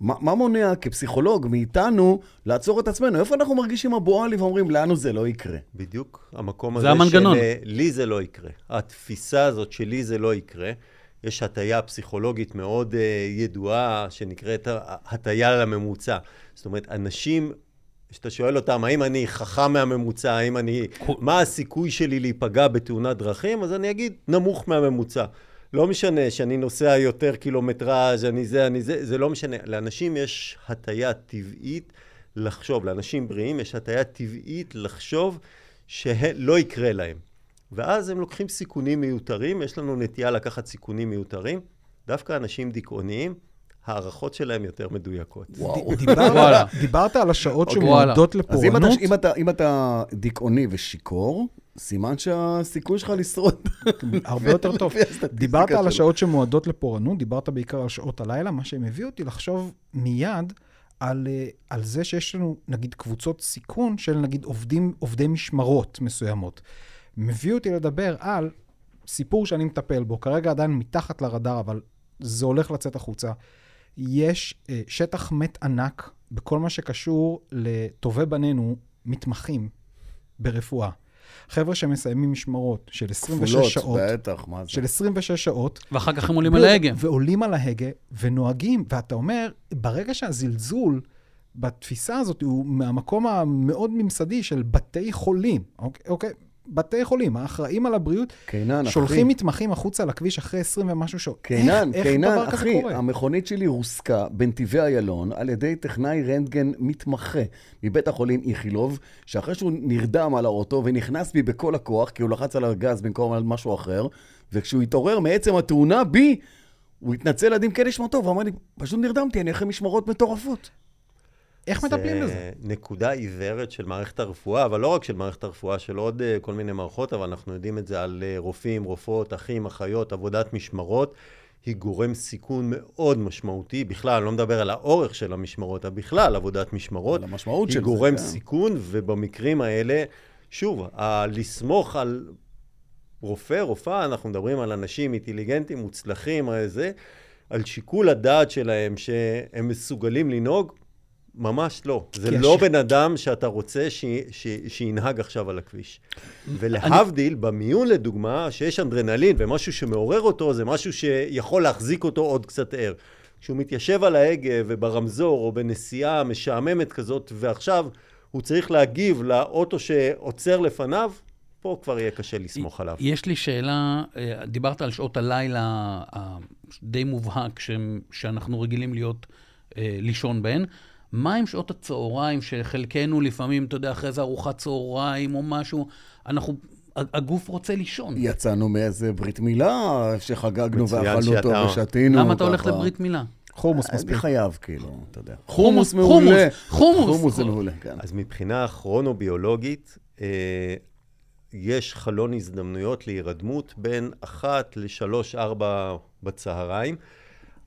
Speaker 1: מה, מה מונע כפסיכולוג מאיתנו לעצור את עצמנו? איפה אנחנו מרגישים הבועל ואומרים, לנו זה לא יקרה?
Speaker 4: בדיוק המקום
Speaker 2: זה
Speaker 4: הזה
Speaker 2: המנגנון.
Speaker 4: של אה, לי זה לא יקרה. התפיסה הזאת שלי זה לא יקרה. יש הטיה פסיכולוגית מאוד uh, ידועה, שנקראת ה- הטיה לממוצע. זאת אומרת, אנשים, כשאתה שואל אותם, האם אני חכם מהממוצע, האם אני...
Speaker 2: כל-
Speaker 4: מה הסיכוי שלי להיפגע בתאונת דרכים? אז אני אגיד, נמוך מהממוצע. לא משנה שאני נוסע יותר קילומטראז', אני זה, אני זה, זה לא משנה. לאנשים יש הטיה טבעית לחשוב, לאנשים בריאים יש הטיה טבעית לחשוב שלא לא יקרה להם. ואז הם לוקחים סיכונים מיותרים, יש לנו נטייה לקחת סיכונים מיותרים. דווקא אנשים דיכאוניים, הערכות שלהם יותר מדויקות.
Speaker 1: וואו.
Speaker 3: דיברת-
Speaker 2: וואלה.
Speaker 3: דיברת על השעות
Speaker 2: אוקיי. וואלה.
Speaker 1: אז
Speaker 3: שמועדות
Speaker 1: אם אתה,
Speaker 3: לפורענות,
Speaker 1: אם, אתה, אם אתה דיכאוני ושיכור, סימן שהסיכוי שלך לשרוד.
Speaker 3: הרבה יותר טוב.
Speaker 1: לפי הסטטיסטיקה
Speaker 3: דיברת על
Speaker 1: שלו.
Speaker 3: השעות שמועדות לפורענות, דיברת בעיקר על שעות הלילה, מה שהם הביאו אותי לחשוב מיד על, אה, על זה שיש לנו, נגיד, קבוצות סיכון של נגיד עובדים, עובדי משמרות מסוימות. מביא אותי לדבר על סיפור שאני מטפל בו, כרגע עדיין מתחת לרדאר, אבל זה הולך לצאת החוצה. יש אה, שטח מת ענק בכל מה שקשור לטובי בנינו, מתמחים ברפואה. חבר'ה שמסיימים משמרות של 26
Speaker 1: כפולות,
Speaker 3: שעות.
Speaker 1: בטח, מה זה?
Speaker 3: של 26 שעות.
Speaker 2: ואחר כך הם עולים על ההגה.
Speaker 3: ועולים על ההגה ונוהגים, ואתה אומר, ברגע שהזלזול בתפיסה הזאת הוא מהמקום המאוד ממסדי של בתי חולים, אוקיי? אוקיי? בתי חולים, האחראים על הבריאות,
Speaker 1: קינן, אחי.
Speaker 3: שולחים מתמחים החוצה לכביש אחרי 20 ומשהו שעות.
Speaker 1: קינן,
Speaker 3: איך, איך
Speaker 1: קינן,
Speaker 3: דבר כזה
Speaker 1: אחי,
Speaker 3: קורה?
Speaker 4: אמ,
Speaker 1: המכונית שלי רוסקה בנתיבי איילון על ידי טכנאי רנטגן מתמחה מבית החולים איכילוב, שאחרי שהוא נרדם על האוטו ונכנס בי בכל הכוח, כי הוא לחץ על הגז במקום על משהו אחר, וכשהוא התעורר מעצם התאונה בי, הוא התנצל עד עמקי נשמתו, ואמר לי, פשוט נרדמתי, אני אחרי משמרות מטורפות.
Speaker 3: איך מטפלים בזה?
Speaker 4: נקודה עיוורת של מערכת הרפואה, אבל לא רק של מערכת הרפואה, של עוד אה, כל מיני מערכות, אבל אנחנו יודעים את זה על אה, רופאים, רופאות, אחים, אחיות, עבודת משמרות. היא גורם סיכון מאוד משמעותי, בכלל, אני לא מדבר על האורך של המשמרות, אלא בכלל עבודת משמרות.
Speaker 1: על המשמעות של זה,
Speaker 4: היא גורם
Speaker 1: כן.
Speaker 4: סיכון, ובמקרים האלה, שוב, ה- לסמוך על רופא, רופאה, אנחנו מדברים על אנשים אינטליגנטים, מוצלחים, אה, זה, על שיקול הדעת שלהם, שהם מסוגלים לנהוג, ממש לא. זה
Speaker 3: כי
Speaker 4: לא
Speaker 3: הש-
Speaker 4: בן אדם שאתה רוצה ש... ש... שינהג עכשיו על הכביש. ולהבדיל, במיון לדוגמה, שיש אנדרנלין ומשהו שמעורר אותו, זה משהו שיכול להחזיק אותו עוד קצת ער. כשהוא מתיישב על ההגה וברמזור או בנסיעה משעממת כזאת, ועכשיו הוא צריך להגיב לאוטו שעוצר לפניו, פה כבר יהיה קשה לסמוך עליו.
Speaker 2: יש לי שאלה, אה, דיברת על שעות הלילה הדי מובהק שהם- שאנחנו רגילים להיות, אה, לישון בהן. מה עם שעות הצהריים, שחלקנו לפעמים, אתה יודע, אחרי זה ארוחת צהריים או משהו, אנחנו, ה- הגוף רוצה לישון.
Speaker 1: יצאנו מאיזה ברית מילה שחגגנו
Speaker 4: מצוין
Speaker 1: ואכלנו
Speaker 4: שאתה-
Speaker 1: טוב ושתינו.
Speaker 2: למה אתה הולך
Speaker 1: ככה.
Speaker 2: לברית מילה?
Speaker 3: חומוס
Speaker 1: אני
Speaker 3: מספיק.
Speaker 1: חייב, אה, כאילו, אתה יודע.
Speaker 2: חומוס,
Speaker 1: חומוס מעולה.
Speaker 2: חומוס,
Speaker 1: חומוס
Speaker 2: חומוס.
Speaker 1: זה מעולה, כן.
Speaker 4: אז מבחינה כרונוביולוגית, אה, יש חלון הזדמנויות להירדמות בין אחת לשלוש, ארבע בצהריים.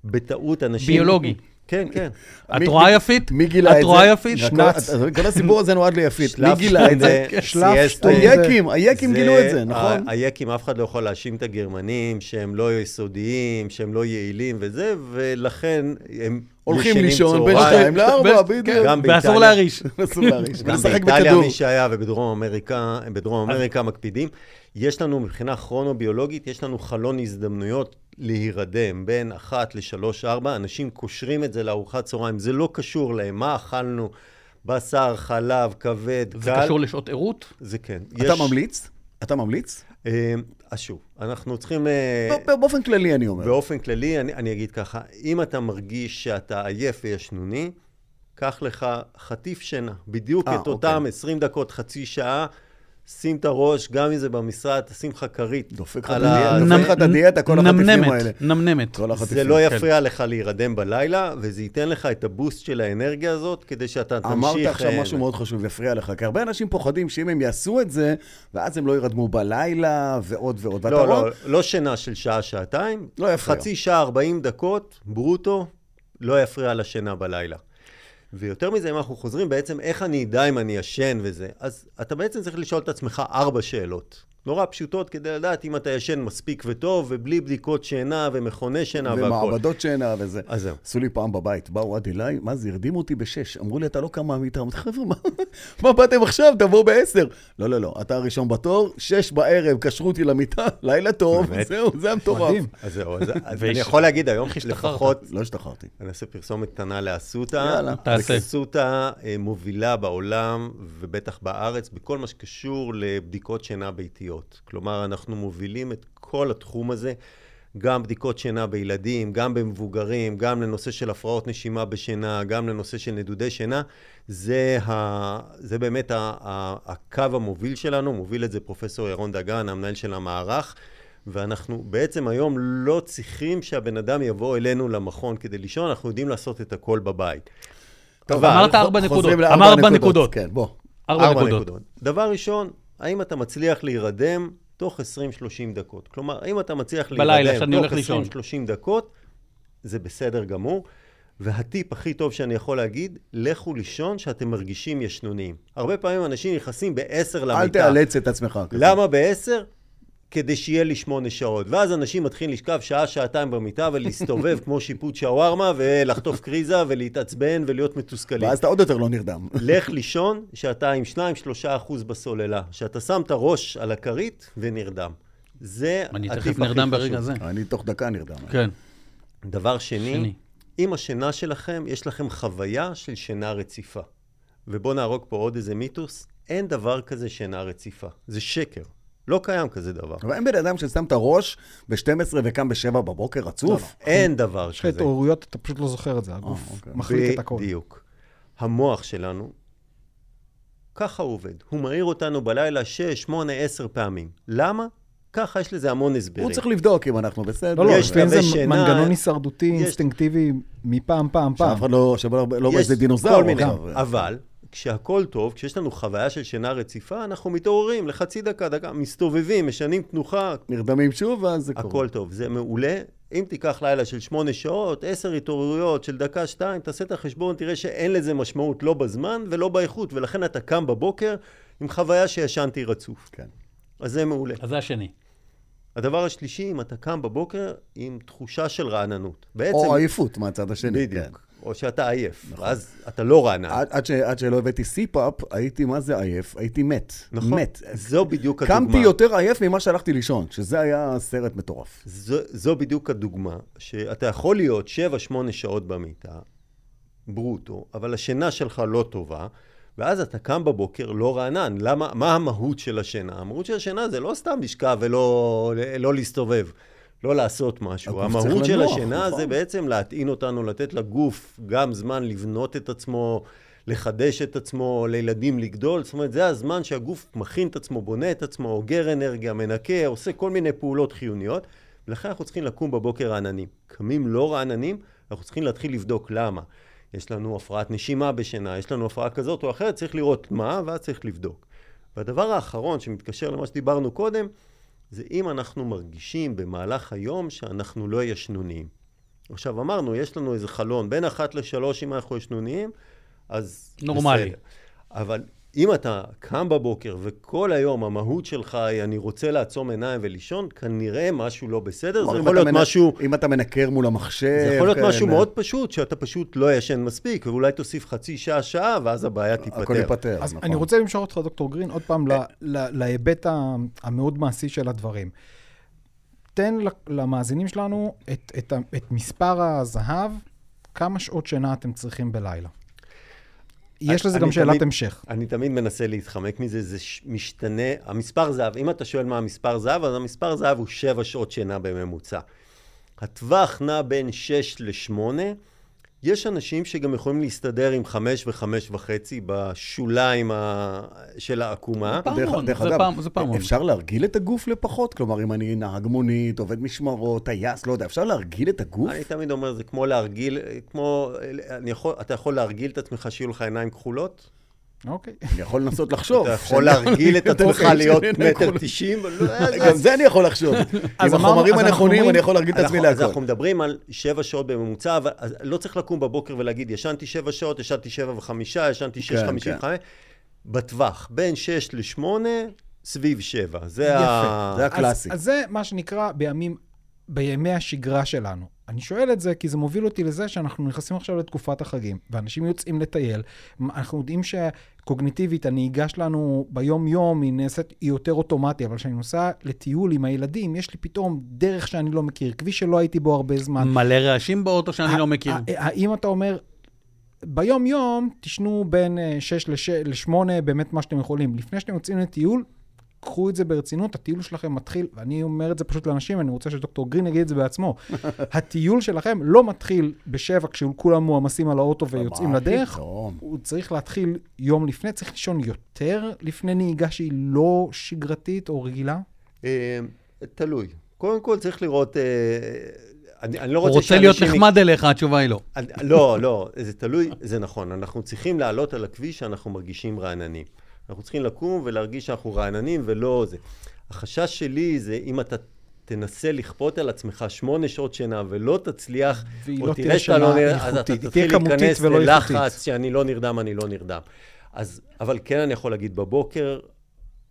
Speaker 4: בטעות אנשים...
Speaker 2: ביולוגי.
Speaker 4: כן, כן.
Speaker 2: את
Speaker 1: מי-
Speaker 2: רואה
Speaker 1: מי-
Speaker 2: יפית?
Speaker 1: מי גילה את זה?
Speaker 2: את רואה יפית?
Speaker 1: הכל-
Speaker 3: שנץ.
Speaker 1: כל הסיפור הזה נועד ליפית. מי גילה את זה?
Speaker 3: שלף
Speaker 4: סיאסטה.
Speaker 3: שטונדה.
Speaker 1: היקים, היקים גילו את כן. זה, נכון?
Speaker 4: ה- היקים, אף אחד לא יכול להאשים את הגרמנים שהם לא יסודיים, שהם לא יעילים וזה, ולכן הם
Speaker 1: הולכים
Speaker 4: ישנים
Speaker 1: לישון בין
Speaker 4: צהריים.
Speaker 1: שתיים כן. לארבע,
Speaker 2: ב-
Speaker 1: בדיוק.
Speaker 4: גם
Speaker 2: ואסור
Speaker 4: באיטליה.
Speaker 2: להרעיש.
Speaker 1: אסור להרעיש.
Speaker 4: גם
Speaker 1: ולשחק
Speaker 4: באיטליה
Speaker 1: בכדור.
Speaker 4: מי שהיה ובדרום אמריקה, בדרום אמריקה מקפידים. יש לנו מבחינה כרונוביולוגית, יש לנו חלון הזדמנויות להירדם בין אחת לשלוש ארבע, אנשים קושרים את זה לארוחת צהריים, זה לא קשור להם, מה אכלנו? בשר, חלב, כבד,
Speaker 2: זה
Speaker 4: קל.
Speaker 2: קשור לשעות ערות?
Speaker 4: זה כן.
Speaker 1: אתה ממליץ? אתה ממליץ?
Speaker 4: אה, אז שוב, אנחנו צריכים... אה,
Speaker 1: ב- באופן כללי, אני אומר.
Speaker 4: באופן כללי, אני, אני אגיד ככה, אם אתה מרגיש שאתה עייף וישנוני, קח לך חטיף שינה, בדיוק
Speaker 1: אה,
Speaker 4: את אותם
Speaker 1: אוקיי.
Speaker 4: 20 דקות, חצי שעה, שים את הראש, גם אם זה במשרד, תשים לך כרית.
Speaker 1: דופק לך
Speaker 4: על
Speaker 1: את הדיאטה,
Speaker 4: ה-
Speaker 1: דופק לך את הדיאטה, כל החטיפים האלה.
Speaker 2: נמנמת, נמנמת. כן.
Speaker 1: כל החטיפים.
Speaker 4: זה לא יפריע לך להירדם בלילה, וזה ייתן לך את הבוסט של האנרגיה הזאת, כדי שאתה תמשיך...
Speaker 1: אמרת עכשיו
Speaker 4: אה,
Speaker 1: משהו מאוד חשוב, יפריע לך, כי הרבה אנשים פוחדים שאם הם יעשו את זה, ואז הם לא יירדמו בלילה ועוד ועוד. ואתה
Speaker 4: לא, לא,
Speaker 1: רואה-
Speaker 4: לא שינה של שעה-שעתיים.
Speaker 1: לא יפריע.
Speaker 4: חצי שעה, 40 דקות, ברוטו, לא יפריע לשינה בלילה. ויותר מזה, אם אנחנו חוזרים, בעצם איך אני אדע אם אני ישן וזה? אז אתה בעצם צריך לשאול את עצמך ארבע שאלות. נורא פשוטות כדי לדעת אם אתה ישן מספיק וטוב, ובלי בדיקות שינה ומכוני שינה והכול.
Speaker 1: ומעבדות שינה וזה.
Speaker 4: אז זהו.
Speaker 1: עשו לי פעם בבית, באו עד אליי, מה זה, הרדימו אותי בשש. אמרו לי, אתה לא קם מהמיטה. אמרתי, חבר'ה, מה- מה באתם עכשיו? תבואו בעשר. לא, לא, לא, אתה הראשון בתור, שש בערב, קשרו אותי למיטה, לילה טוב,
Speaker 4: באמת?
Speaker 1: זהו, זה המטורף.
Speaker 3: מדהים.
Speaker 4: אז זהו, אז אז
Speaker 2: ויש-
Speaker 4: אני יכול להגיד היום,
Speaker 2: איך השתחררת?
Speaker 4: לפחות
Speaker 1: לא השתחררתי.
Speaker 4: אני אעשה פרסומת קטנה לאסותא.
Speaker 1: יאללה.
Speaker 2: תעשה.
Speaker 4: אסותא אה, מובילה בעולם, ובטח בארץ, בכל מה שקשור לבדיקות שינה ביתיות. כלומר, אנחנו מובילים את כל התחום הזה, גם בדיקות שינה בילדים, גם במבוגרים, גם לנושא של הפרעות נשימה בשינה, גם לנושא של נדודי שינה. זה, ה... זה באמת ה... ה... הקו המוביל שלנו, מוביל את זה פרופסור ירון דגן, המנהל של המערך. ואנחנו בעצם היום לא צריכים שהבן אדם יבוא אלינו למכון כדי לישון, אנחנו יודעים לעשות את הכל בבית.
Speaker 2: טוב, אמרת ארבע
Speaker 1: חוזרים
Speaker 2: נקודות,
Speaker 1: לארבע
Speaker 2: אמרת נקודות.
Speaker 1: כן, בוא.
Speaker 2: ארבע נקודות.
Speaker 4: דבר ראשון, האם אתה מצליח להירדם תוך 20-30 דקות? כלומר, האם אתה מצליח
Speaker 2: בלילה,
Speaker 4: להירדם
Speaker 2: כשאני
Speaker 4: תוך
Speaker 2: הולך לישון.
Speaker 4: 20-30 דקות, זה בסדר גמור. והטיפ הכי טוב שאני יכול להגיד, לכו לישון שאתם מרגישים ישנוניים. הרבה פעמים אנשים נכנסים ב-10 למיטה.
Speaker 1: אל תאלץ את עצמך. כזה.
Speaker 4: למה לא ב-10? כדי שיהיה לי שמונה שעות. ואז אנשים מתחילים לשכב שעה, שעתיים במיטה ולהסתובב כמו שיפוט שווארמה ולחטוף קריזה ולהתעצבן ולהיות מתוסכלים.
Speaker 1: ואז אתה עוד יותר לא נרדם.
Speaker 4: לך לישון שאתה עם 2-3 אחוז בסוללה, שאתה שם את הראש על הכרית ונרדם. זה
Speaker 2: אני
Speaker 4: הטיפ
Speaker 2: תכף
Speaker 4: הכי
Speaker 2: נרדם
Speaker 4: חשוב.
Speaker 2: ברגע זה.
Speaker 1: אני תוך דקה נרדם.
Speaker 2: כן.
Speaker 4: דבר שני,
Speaker 2: שני.
Speaker 4: שני, עם השינה שלכם, יש לכם חוויה של שינה רציפה. ובואו נהרוג פה עוד איזה מיתוס, אין דבר כזה שינה רציפה. זה שקר. לא קיים כזה דבר.
Speaker 1: אבל אין בן אדם ששם את הראש ב-12 וקם ב-7 בבוקר
Speaker 4: לא,
Speaker 1: רצוף?
Speaker 4: אין דבר
Speaker 3: יש לך
Speaker 4: כזה. אה,
Speaker 3: התעוררויות, אתה פשוט לא זוכר את זה, הגוף
Speaker 1: אוקיי.
Speaker 3: מחליק את הכל.
Speaker 4: בדיוק. המוח שלנו, ככה הוא עובד. הוא מעיר אותנו בלילה 6, 8, 10 פעמים. למה? ככה יש לזה המון הסברים.
Speaker 1: הוא צריך לבדוק אם אנחנו בסדר.
Speaker 3: לא, לא,
Speaker 4: לא. יש
Speaker 3: לפעמים
Speaker 4: קווי
Speaker 3: זה
Speaker 4: שינה,
Speaker 3: מנגנון הישרדותי,
Speaker 4: יש-
Speaker 3: אינסטינקטיבי, מפעם, פעם, פעם.
Speaker 1: שאף אחד לא, שבא, לא
Speaker 4: יש
Speaker 1: איזה דינוזאור.
Speaker 4: כל מיני. נכון.
Speaker 1: עכשיו.
Speaker 4: אבל כשהכול טוב, כשיש לנו חוויה של שינה רציפה, אנחנו מתעוררים לחצי דקה, דקה, מסתובבים, משנים תנוחה,
Speaker 1: נרדמים שוב, ואז זה קורה.
Speaker 4: הכל טוב. זה מעולה. אם תיקח לילה של שמונה שעות, עשר התעוררויות של דקה, שתיים, תעשה את החשבון, תראה שאין לזה משמעות לא בזמן ולא באיכות, ולכן אתה קם בבוקר עם חוויה שישנתי רצוף.
Speaker 1: כן.
Speaker 4: אז זה מעולה.
Speaker 2: אז זה השני.
Speaker 4: הדבר השלישי, אם אתה קם בבוקר עם תחושה של רעננות. בעצם,
Speaker 1: או עייפות מהצד השני. כן. נכון. אה,
Speaker 4: בדיוק. או שאתה עייף, ואז אתה לא רענן.
Speaker 1: עד, עד, ש, עד שלא הבאתי סיפאפ, הייתי, מה זה עייף? הייתי מת.
Speaker 4: נכון.
Speaker 1: מת.
Speaker 4: זו בדיוק הדוגמה.
Speaker 1: קמתי יותר עייף ממה שהלכתי לישון, שזה היה סרט מטורף.
Speaker 4: זו, זו בדיוק הדוגמה, שאתה יכול להיות 7-8 שעות במיטה, ברוטו, אבל השינה שלך לא טובה, ואז אתה קם בבוקר לא רענן. למה, מה המהות של השינה? המהות של השינה זה לא סתם לשכב ולא לא להסתובב. לא לעשות משהו.
Speaker 1: הגוף צריך
Speaker 4: המהות של
Speaker 1: לנוח,
Speaker 4: השינה
Speaker 1: נכון.
Speaker 4: זה בעצם להטעין אותנו, לתת לגוף גם זמן לבנות את עצמו, לחדש את עצמו, לילדים לגדול. זאת אומרת, זה הזמן שהגוף מכין את עצמו, בונה את עצמו, אוגר אנרגיה, מנקה, עושה כל מיני פעולות חיוניות. ולכן אנחנו צריכים לקום בבוקר רעננים. קמים לא רעננים, אנחנו צריכים להתחיל לבדוק למה. יש לנו הפרעת נשימה בשינה, יש לנו הפרעה כזאת או אחרת, צריך לראות מה, ואז צריך לבדוק. והדבר האחרון שמתקשר למה שדיברנו קודם, זה אם אנחנו מרגישים במהלך היום שאנחנו לא ישנוניים. עכשיו, אמרנו, יש לנו איזה חלון, בין אחת לשלוש, אם אנחנו ישנוניים, אז...
Speaker 2: נורמלי.
Speaker 4: בסדר. אבל אם אתה קם בבוקר וכל היום המהות שלך היא אני רוצה לעצום עיניים ולישון, כנראה משהו לא בסדר, זה
Speaker 1: כלומר, אם
Speaker 4: יכול
Speaker 1: אתה
Speaker 4: להיות
Speaker 1: מנ-
Speaker 4: משהו...
Speaker 1: אם אתה מנקר מול המחשב...
Speaker 4: זה יכול להיות
Speaker 1: כן,
Speaker 4: משהו מאוד פשוט, שאתה פשוט לא ישן מספיק, ואולי תוסיף חצי שעה, שעה, ואז הבעיה
Speaker 1: הכל
Speaker 4: תיפתר.
Speaker 1: ייפתר,
Speaker 3: אז
Speaker 1: נכון.
Speaker 3: אני רוצה למשוך אותך, דוקטור גרין, עוד פעם ל- ל- להיבט ה- המאוד מעשי של הדברים. תן ל- למאזינים שלנו את- את ה- את מספר הזהב, כמה שעות שינה אתם צריכים בלילה. יש לזה
Speaker 4: אני
Speaker 3: גם שאלת
Speaker 4: תמיד-
Speaker 3: המשך.
Speaker 4: אני תמיד מנסה להתחמק מזה, זה ש- משתנה. המספר זהב, אם אתה שואל מה המספר זהב, אז המספר זהב הוא שבע שעות שינה בממוצע. הטווח נע בין 6 ל-8, יש אנשים שגם יכולים להסתדר עם חמש וחמש וחצי בשוליים ה... של העקומה.
Speaker 2: פעם
Speaker 1: דרך-
Speaker 2: פעמון,
Speaker 1: דרך
Speaker 2: זה
Speaker 1: אגב,
Speaker 2: פעם- זה פעמון.
Speaker 1: אפשר להרגיל את הגוף לפחות? כלומר, אם אני נהג מונית, עובד משמרות, טייס, לא יודע, אפשר להרגיל את הגוף?
Speaker 4: אני תמיד אומר, זה כמו להרגיל, כמו, אני יכול, אתה יכול להרגיל את עצמך שיהיו לך עיניים כחולות?
Speaker 3: אוקיי.
Speaker 1: אני יכול לנסות לחשוב.
Speaker 4: אתה יכול להרגיל את עצמך
Speaker 1: אוקיי,
Speaker 4: להיות
Speaker 1: שאני
Speaker 4: מטר
Speaker 1: יכול-
Speaker 4: תשעים? לא,
Speaker 1: גם זה אני יכול לחשוב. עם
Speaker 3: אז אמרנו-
Speaker 1: החומרים
Speaker 3: אז אנחנו
Speaker 1: הנכונים
Speaker 3: אומרים-
Speaker 1: אני יכול להרגיל את עצמי
Speaker 4: אנחנו- אז אנחנו
Speaker 1: להכל.
Speaker 4: מדברים על שבע שעות בממוצע, אבל אז לא צריך לקום בבוקר ולהגיד, ישנתי שבע שעות, ישנתי שבע וחמישה, ישנתי שש
Speaker 1: כן,
Speaker 4: חמישים
Speaker 1: כן.
Speaker 4: וחמש. בטווח, בין שש לשמונה, סביב שבע. זה
Speaker 3: יפה.
Speaker 4: ה...
Speaker 1: זה
Speaker 3: אז-
Speaker 1: הקלאסי.
Speaker 3: אז זה מה שנקרא בימים, בימי השגרה שלנו. אני שואל את זה כי זה מוביל אותי לזה שאנחנו נכנסים עכשיו לתקופת החגים, ואנשים יוצאים לטייל. אנחנו יודעים שקוגניטיבית הנהיגה שלנו ביום-יום היא נעשית, היא יותר אוטומטי, אבל כשאני נוסע לטיול עם הילדים, יש לי פתאום דרך שאני לא מכיר, כביש שלא הייתי בו הרבה זמן.
Speaker 2: מלא רעשים באוטו
Speaker 1: אה,
Speaker 2: שאני לא מכיר.
Speaker 3: ה- ה- האם אתה אומר, ביום-יום תשנו בין אה, 6 ל-8 באמת מה שאתם יכולים. לפני שאתם יוצאים לטיול, קחו את זה ברצינות, הטיול שלכם מתחיל, ואני אומר את זה פשוט לאנשים, אני רוצה שדוקטור גרין יגיד את זה בעצמו. הטיול שלכם לא מתחיל בשבע כשכולם מועמסים על האוטו ויוצאים
Speaker 1: מה
Speaker 3: לדרך.
Speaker 1: פתאום?
Speaker 3: הוא צריך להתחיל יום לפני, צריך לישון יותר לפני נהיגה שהיא לא שגרתית או רגילה.
Speaker 4: אה, תלוי. קודם כל צריך לראות... אה, אני, אני לא
Speaker 2: הוא
Speaker 4: רוצה,
Speaker 2: רוצה להיות
Speaker 4: שאנשים-
Speaker 2: נחמד אליך, התשובה היא לא.
Speaker 4: אני, לא, לא, זה תלוי, זה נכון. אנחנו צריכים לעלות על הכביש שאנחנו מרגישים רעננים. אנחנו צריכים לקום ולהרגיש שאנחנו רעננים ולא זה. החשש שלי זה אם אתה תנסה לכפות על עצמך שמונה שעות שינה ולא תצליח,
Speaker 3: והיא
Speaker 4: או
Speaker 3: לא
Speaker 4: תראה
Speaker 3: תהיה
Speaker 4: שאתה לא
Speaker 3: שינה
Speaker 4: נרדם, אז אתה
Speaker 3: איכותית. היא
Speaker 4: תתחיל
Speaker 3: תהיה כמותית
Speaker 4: להיכנס
Speaker 3: ולא
Speaker 4: ללחץ
Speaker 3: איכותית.
Speaker 4: שאני לא נרדם, אני לא נרדם. אז, אבל כן אני יכול להגיד בבוקר,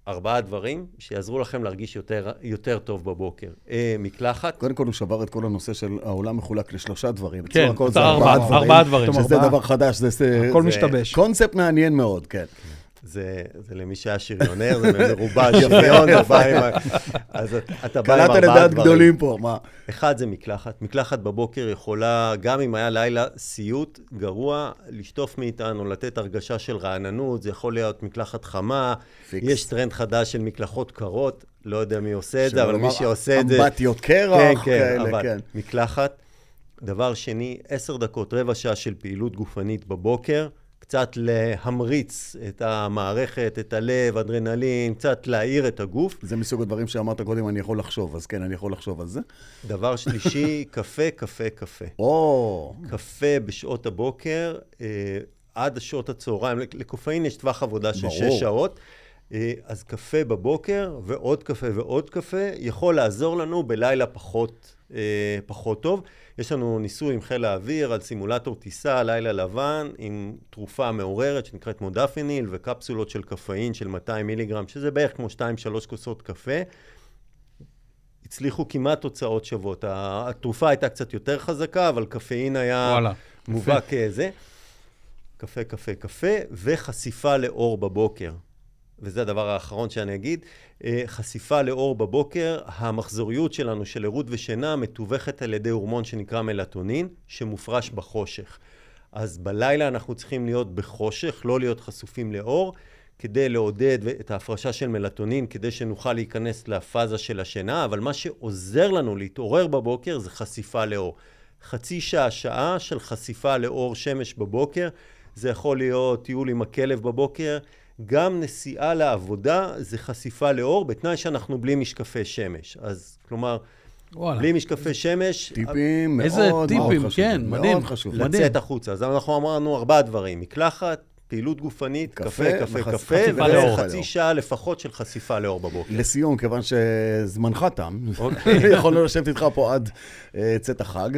Speaker 4: ארבעה דברים שיעזרו לכם להרגיש יותר, יותר טוב בבוקר. אה, מקלחת,
Speaker 1: קודם כל הוא שבר את כל הנושא של העולם מחולק לשלושה דברים.
Speaker 2: כן,
Speaker 1: בצורה כל
Speaker 2: אתה
Speaker 1: זה
Speaker 2: ארבעה- ארבעה דברים.
Speaker 1: שזה
Speaker 3: ארבעה.
Speaker 1: דבר חדש, זה- זה
Speaker 3: הכל
Speaker 1: זה
Speaker 3: משתבש.
Speaker 1: קונספט מעניין מאוד, כן.
Speaker 4: זה, זה למי שהיה שריונר, זה מרובע שריון, אתה בא עם ה- אז אתה בא עם
Speaker 1: קלעת
Speaker 4: ארבעה
Speaker 1: לדעת
Speaker 4: דברים.
Speaker 1: גדולים פה, מה?
Speaker 4: אחד זה מקלחת. מקלחת בבוקר יכולה, גם אם היה לילה סיוט גרוע, לשטוף מאיתנו, לתת הרגשה של רעננות, זה יכול להיות מקלחת חמה,
Speaker 1: פיקס.
Speaker 4: יש טרנד חדש של מקלחות קרות, לא יודע מי עושה את זה,
Speaker 1: שלא
Speaker 4: אבל
Speaker 1: לומר
Speaker 4: מי שעושה את זה...
Speaker 1: אמבטיות קרח, כאלה,
Speaker 4: אבל
Speaker 1: כן.
Speaker 4: מקלחת. דבר שני, עשר דקות, רבע שעה של פעילות גופנית בבוקר, קצת להמריץ את המערכת, את הלב, אדרנלין, קצת להעיר את הגוף.
Speaker 1: זה מסוג הדברים שאמרת קודם, אני יכול לחשוב, אז כן, אני יכול לחשוב על זה.
Speaker 4: דבר שלישי, קפה, קפה, קפה.
Speaker 1: או,
Speaker 4: קפה בשעות הבוקר אה, עד שעות הצהריים, לק- לקופאין יש טווח עבודה של
Speaker 1: ברור.
Speaker 4: שש שעות. אה, אז קפה בבוקר ועוד קפה ועוד קפה יכול לעזור לנו בלילה פחות, אה, פחות טוב. יש לנו ניסוי עם חיל האוויר על סימולטור טיסה, לילה לבן, עם תרופה מעוררת שנקראת מודפיניל וקפסולות של קפאין של 200 מיליגרם, שזה בערך כמו 2-3 כוסות קפה. הצליחו כמעט תוצאות שוות. ה- התרופה הייתה קצת יותר חזקה, אבל קפאין היה
Speaker 2: וואלה,
Speaker 4: מובהק אה, זה. קפה, קפה, קפה, וחשיפה לאור בבוקר. וזה הדבר האחרון שאני אגיד. אה, חשיפה לאור בבוקר, המחזוריות שלנו של ערות ושינה מתווכת על ידי הורמון שנקרא מלטונין, שמופרש בחושך. אז בלילה אנחנו צריכים להיות בחושך, לא להיות חשופים לאור, כדי לעודד את ההפרשה של מלטונין, כדי שנוכל להיכנס לפאזה של השינה, אבל מה שעוזר לנו להתעורר בבוקר זה חשיפה לאור. חצי שעה, שעה של חשיפה לאור שמש בבוקר, זה יכול להיות טיול עם הכלב בבוקר, גם נסיעה לעבודה זה חשיפה לאור, בתנאי שאנחנו בלי משקפי שמש. אז כלומר,
Speaker 2: וואלה.
Speaker 4: בלי משקפי שמש, אה,
Speaker 1: טיפים מאוד
Speaker 2: איזה
Speaker 1: מאוד
Speaker 2: טיפים,
Speaker 1: חשובים.
Speaker 2: כן, מדהים.
Speaker 1: מאוד חשוב.
Speaker 2: מדהים.
Speaker 4: לצאת החוצה. אז אנחנו אמרנו ארבעה דברים, מקלחת, פעילות גופנית,
Speaker 1: קפה,
Speaker 4: קפה, קפה,
Speaker 1: וחש-
Speaker 4: קפה,
Speaker 1: חשיפה לאור.
Speaker 4: וחצי שעה לפחות של חשיפה לאור בבוקר.
Speaker 1: לסיום, כיוון שזמנך תם,
Speaker 4: אוקיי.
Speaker 1: יכולנו לשבת איתך פה עד אה, צאת החג.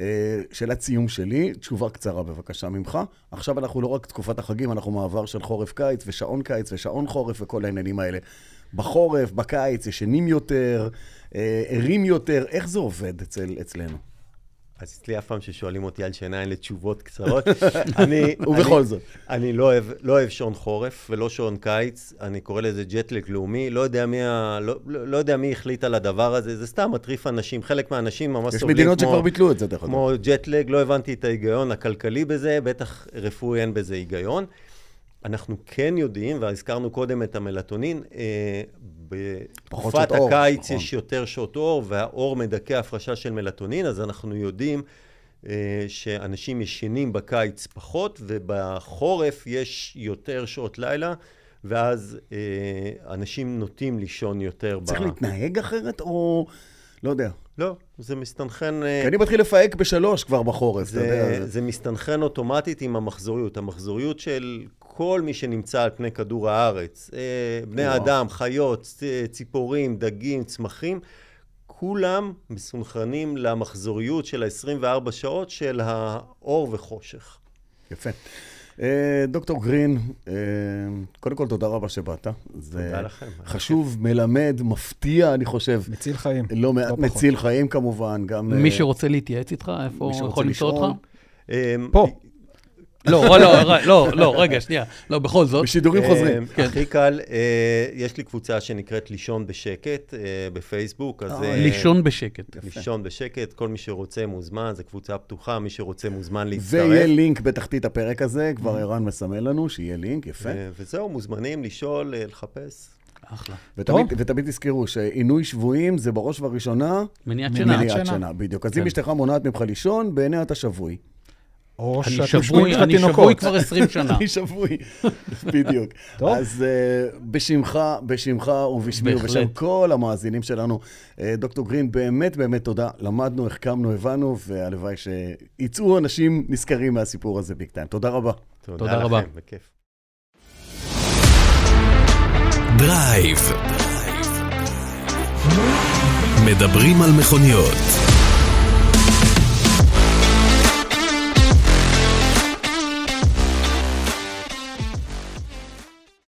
Speaker 1: אה, שאלת סיום שלי, תשובה קצרה בבקשה ממך. עכשיו אנחנו לא רק תקופת החגים, אנחנו מעבר של חורף-קיץ ושעון קיץ ושעון חורף וכל העניינים האלה. בחורף, בקיץ, ישנים יותר, אה, ערים יותר, איך זה עובד אצל, אצלנו?
Speaker 4: אז אצלי אף פעם ששואלים אותי על שינה, אין לי תשובות קצרות. אני,
Speaker 1: ובכל
Speaker 4: אני,
Speaker 1: זאת.
Speaker 4: אני לא אוהב, לא אוהב שעון חורף ולא שעון קיץ, אני קורא לזה ג'טלק לאומי, לא יודע מי, ה, לא, לא לא יודע מי החליט על הדבר הזה, זה סתם מטריף אנשים, חלק מהאנשים ממש
Speaker 1: יש
Speaker 4: סובלים
Speaker 1: מדינות
Speaker 4: לא כמו-
Speaker 1: שכבר ביטלו את זה, דרך אגב.
Speaker 4: כמו ג'טלג, לא הבנתי את ההיגיון הכלכלי בזה, בטח רפואי אין בזה היגיון. אנחנו כן יודעים, והזכרנו קודם את המלטונין, אה,
Speaker 1: פחות
Speaker 4: בתקופת
Speaker 1: שעות אור,
Speaker 4: הקיץ
Speaker 1: נכון.
Speaker 4: יש יותר שעות אור, והאור מדכא הפרשה של מלטונין, אז אנחנו יודעים אה, שאנשים ישנים בקיץ פחות, ובחורף יש יותר שעות לילה, ואז אה, אנשים נוטים לישון יותר. ב-
Speaker 1: צריך להתנהג אחרת, או... לא יודע.
Speaker 4: לא, זה מסתנכן... אה,
Speaker 1: כי אני מתחיל לפהק בשלוש כבר בחורף, אתה יודע.
Speaker 4: זה, זה מסתנכרן אוטומטית עם המחזוריות. המחזוריות של כל מי שנמצא על פני כדור הארץ, אה, בני
Speaker 1: וואו.
Speaker 4: אדם, חיות, צ- ציפורים, דגים, צמחים, כולם מסונכרנים למחזוריות של ה-24 שעות של האור וחושך.
Speaker 1: יפה. אה, דוקטור גרין, אה, קודם כל תודה רבה שבאת.
Speaker 4: תודה לכם.
Speaker 1: חשוב, מלמד, מפתיע, אני חושב.
Speaker 3: מציל חיים.
Speaker 1: לא מעט
Speaker 3: פחות.
Speaker 1: מציל חיים כמובן, גם... אה,
Speaker 2: מי שרוצה להתייעץ איתך, איפה
Speaker 1: מי
Speaker 2: הוא
Speaker 1: שרוצה
Speaker 2: יכול למצוא
Speaker 1: לשאול.
Speaker 2: אותך?
Speaker 4: אה,
Speaker 3: פה.
Speaker 2: לא, לא, לא, לא, לא, רגע, שנייה. לא, בכל זאת.
Speaker 1: בשידורים
Speaker 4: אה,
Speaker 1: חוזרים.
Speaker 2: כן.
Speaker 4: הכי קל, אה, יש לי קבוצה שנקראת לישון בשקט אה, בפייסבוק, אז... אה,
Speaker 2: לישון בשקט.
Speaker 4: לישון בשקט, כל מי שרוצה מוזמן, זו קבוצה פתוחה, מי שרוצה מוזמן להצטרף.
Speaker 1: ויהיה לינק בתחתית הפרק הזה, כבר ערן מסמל לנו שיהיה לינק, יפה.
Speaker 4: אה, וזהו, מוזמנים לשאול, אה, לחפש.
Speaker 2: אחלה.
Speaker 1: ותמיד,
Speaker 3: טוב.
Speaker 1: ותמיד תזכרו שעינוי שבויים זה בראש ובראשונה
Speaker 2: מניעת
Speaker 3: מניעת
Speaker 2: שינה.
Speaker 3: שינה.
Speaker 1: מניעת שינה, בדיוק. אז אם
Speaker 2: כן.
Speaker 1: אשתך מונעת ממך לישון, בעיניה אתה שבוי.
Speaker 3: או
Speaker 2: אני
Speaker 3: שאתם שבויים
Speaker 2: שבוי,
Speaker 3: של
Speaker 2: אני שבוי
Speaker 3: התינוקות.
Speaker 2: כבר 20 שנה.
Speaker 1: אני שבוי, בדיוק.
Speaker 3: טוב.
Speaker 1: אז אה, בשמך, בשמך ובשמי
Speaker 2: בהחלט.
Speaker 1: ובשם כל המאזינים שלנו, אה, דוקטור גרין, באמת באמת תודה. למדנו, החכמנו, הבנו, והלוואי שיצאו אנשים נזכרים מהסיפור הזה ביג טיים. תודה רבה.
Speaker 2: תודה רבה.
Speaker 4: לכם, בכיף.
Speaker 5: דרייב. מדברים על מכוניות.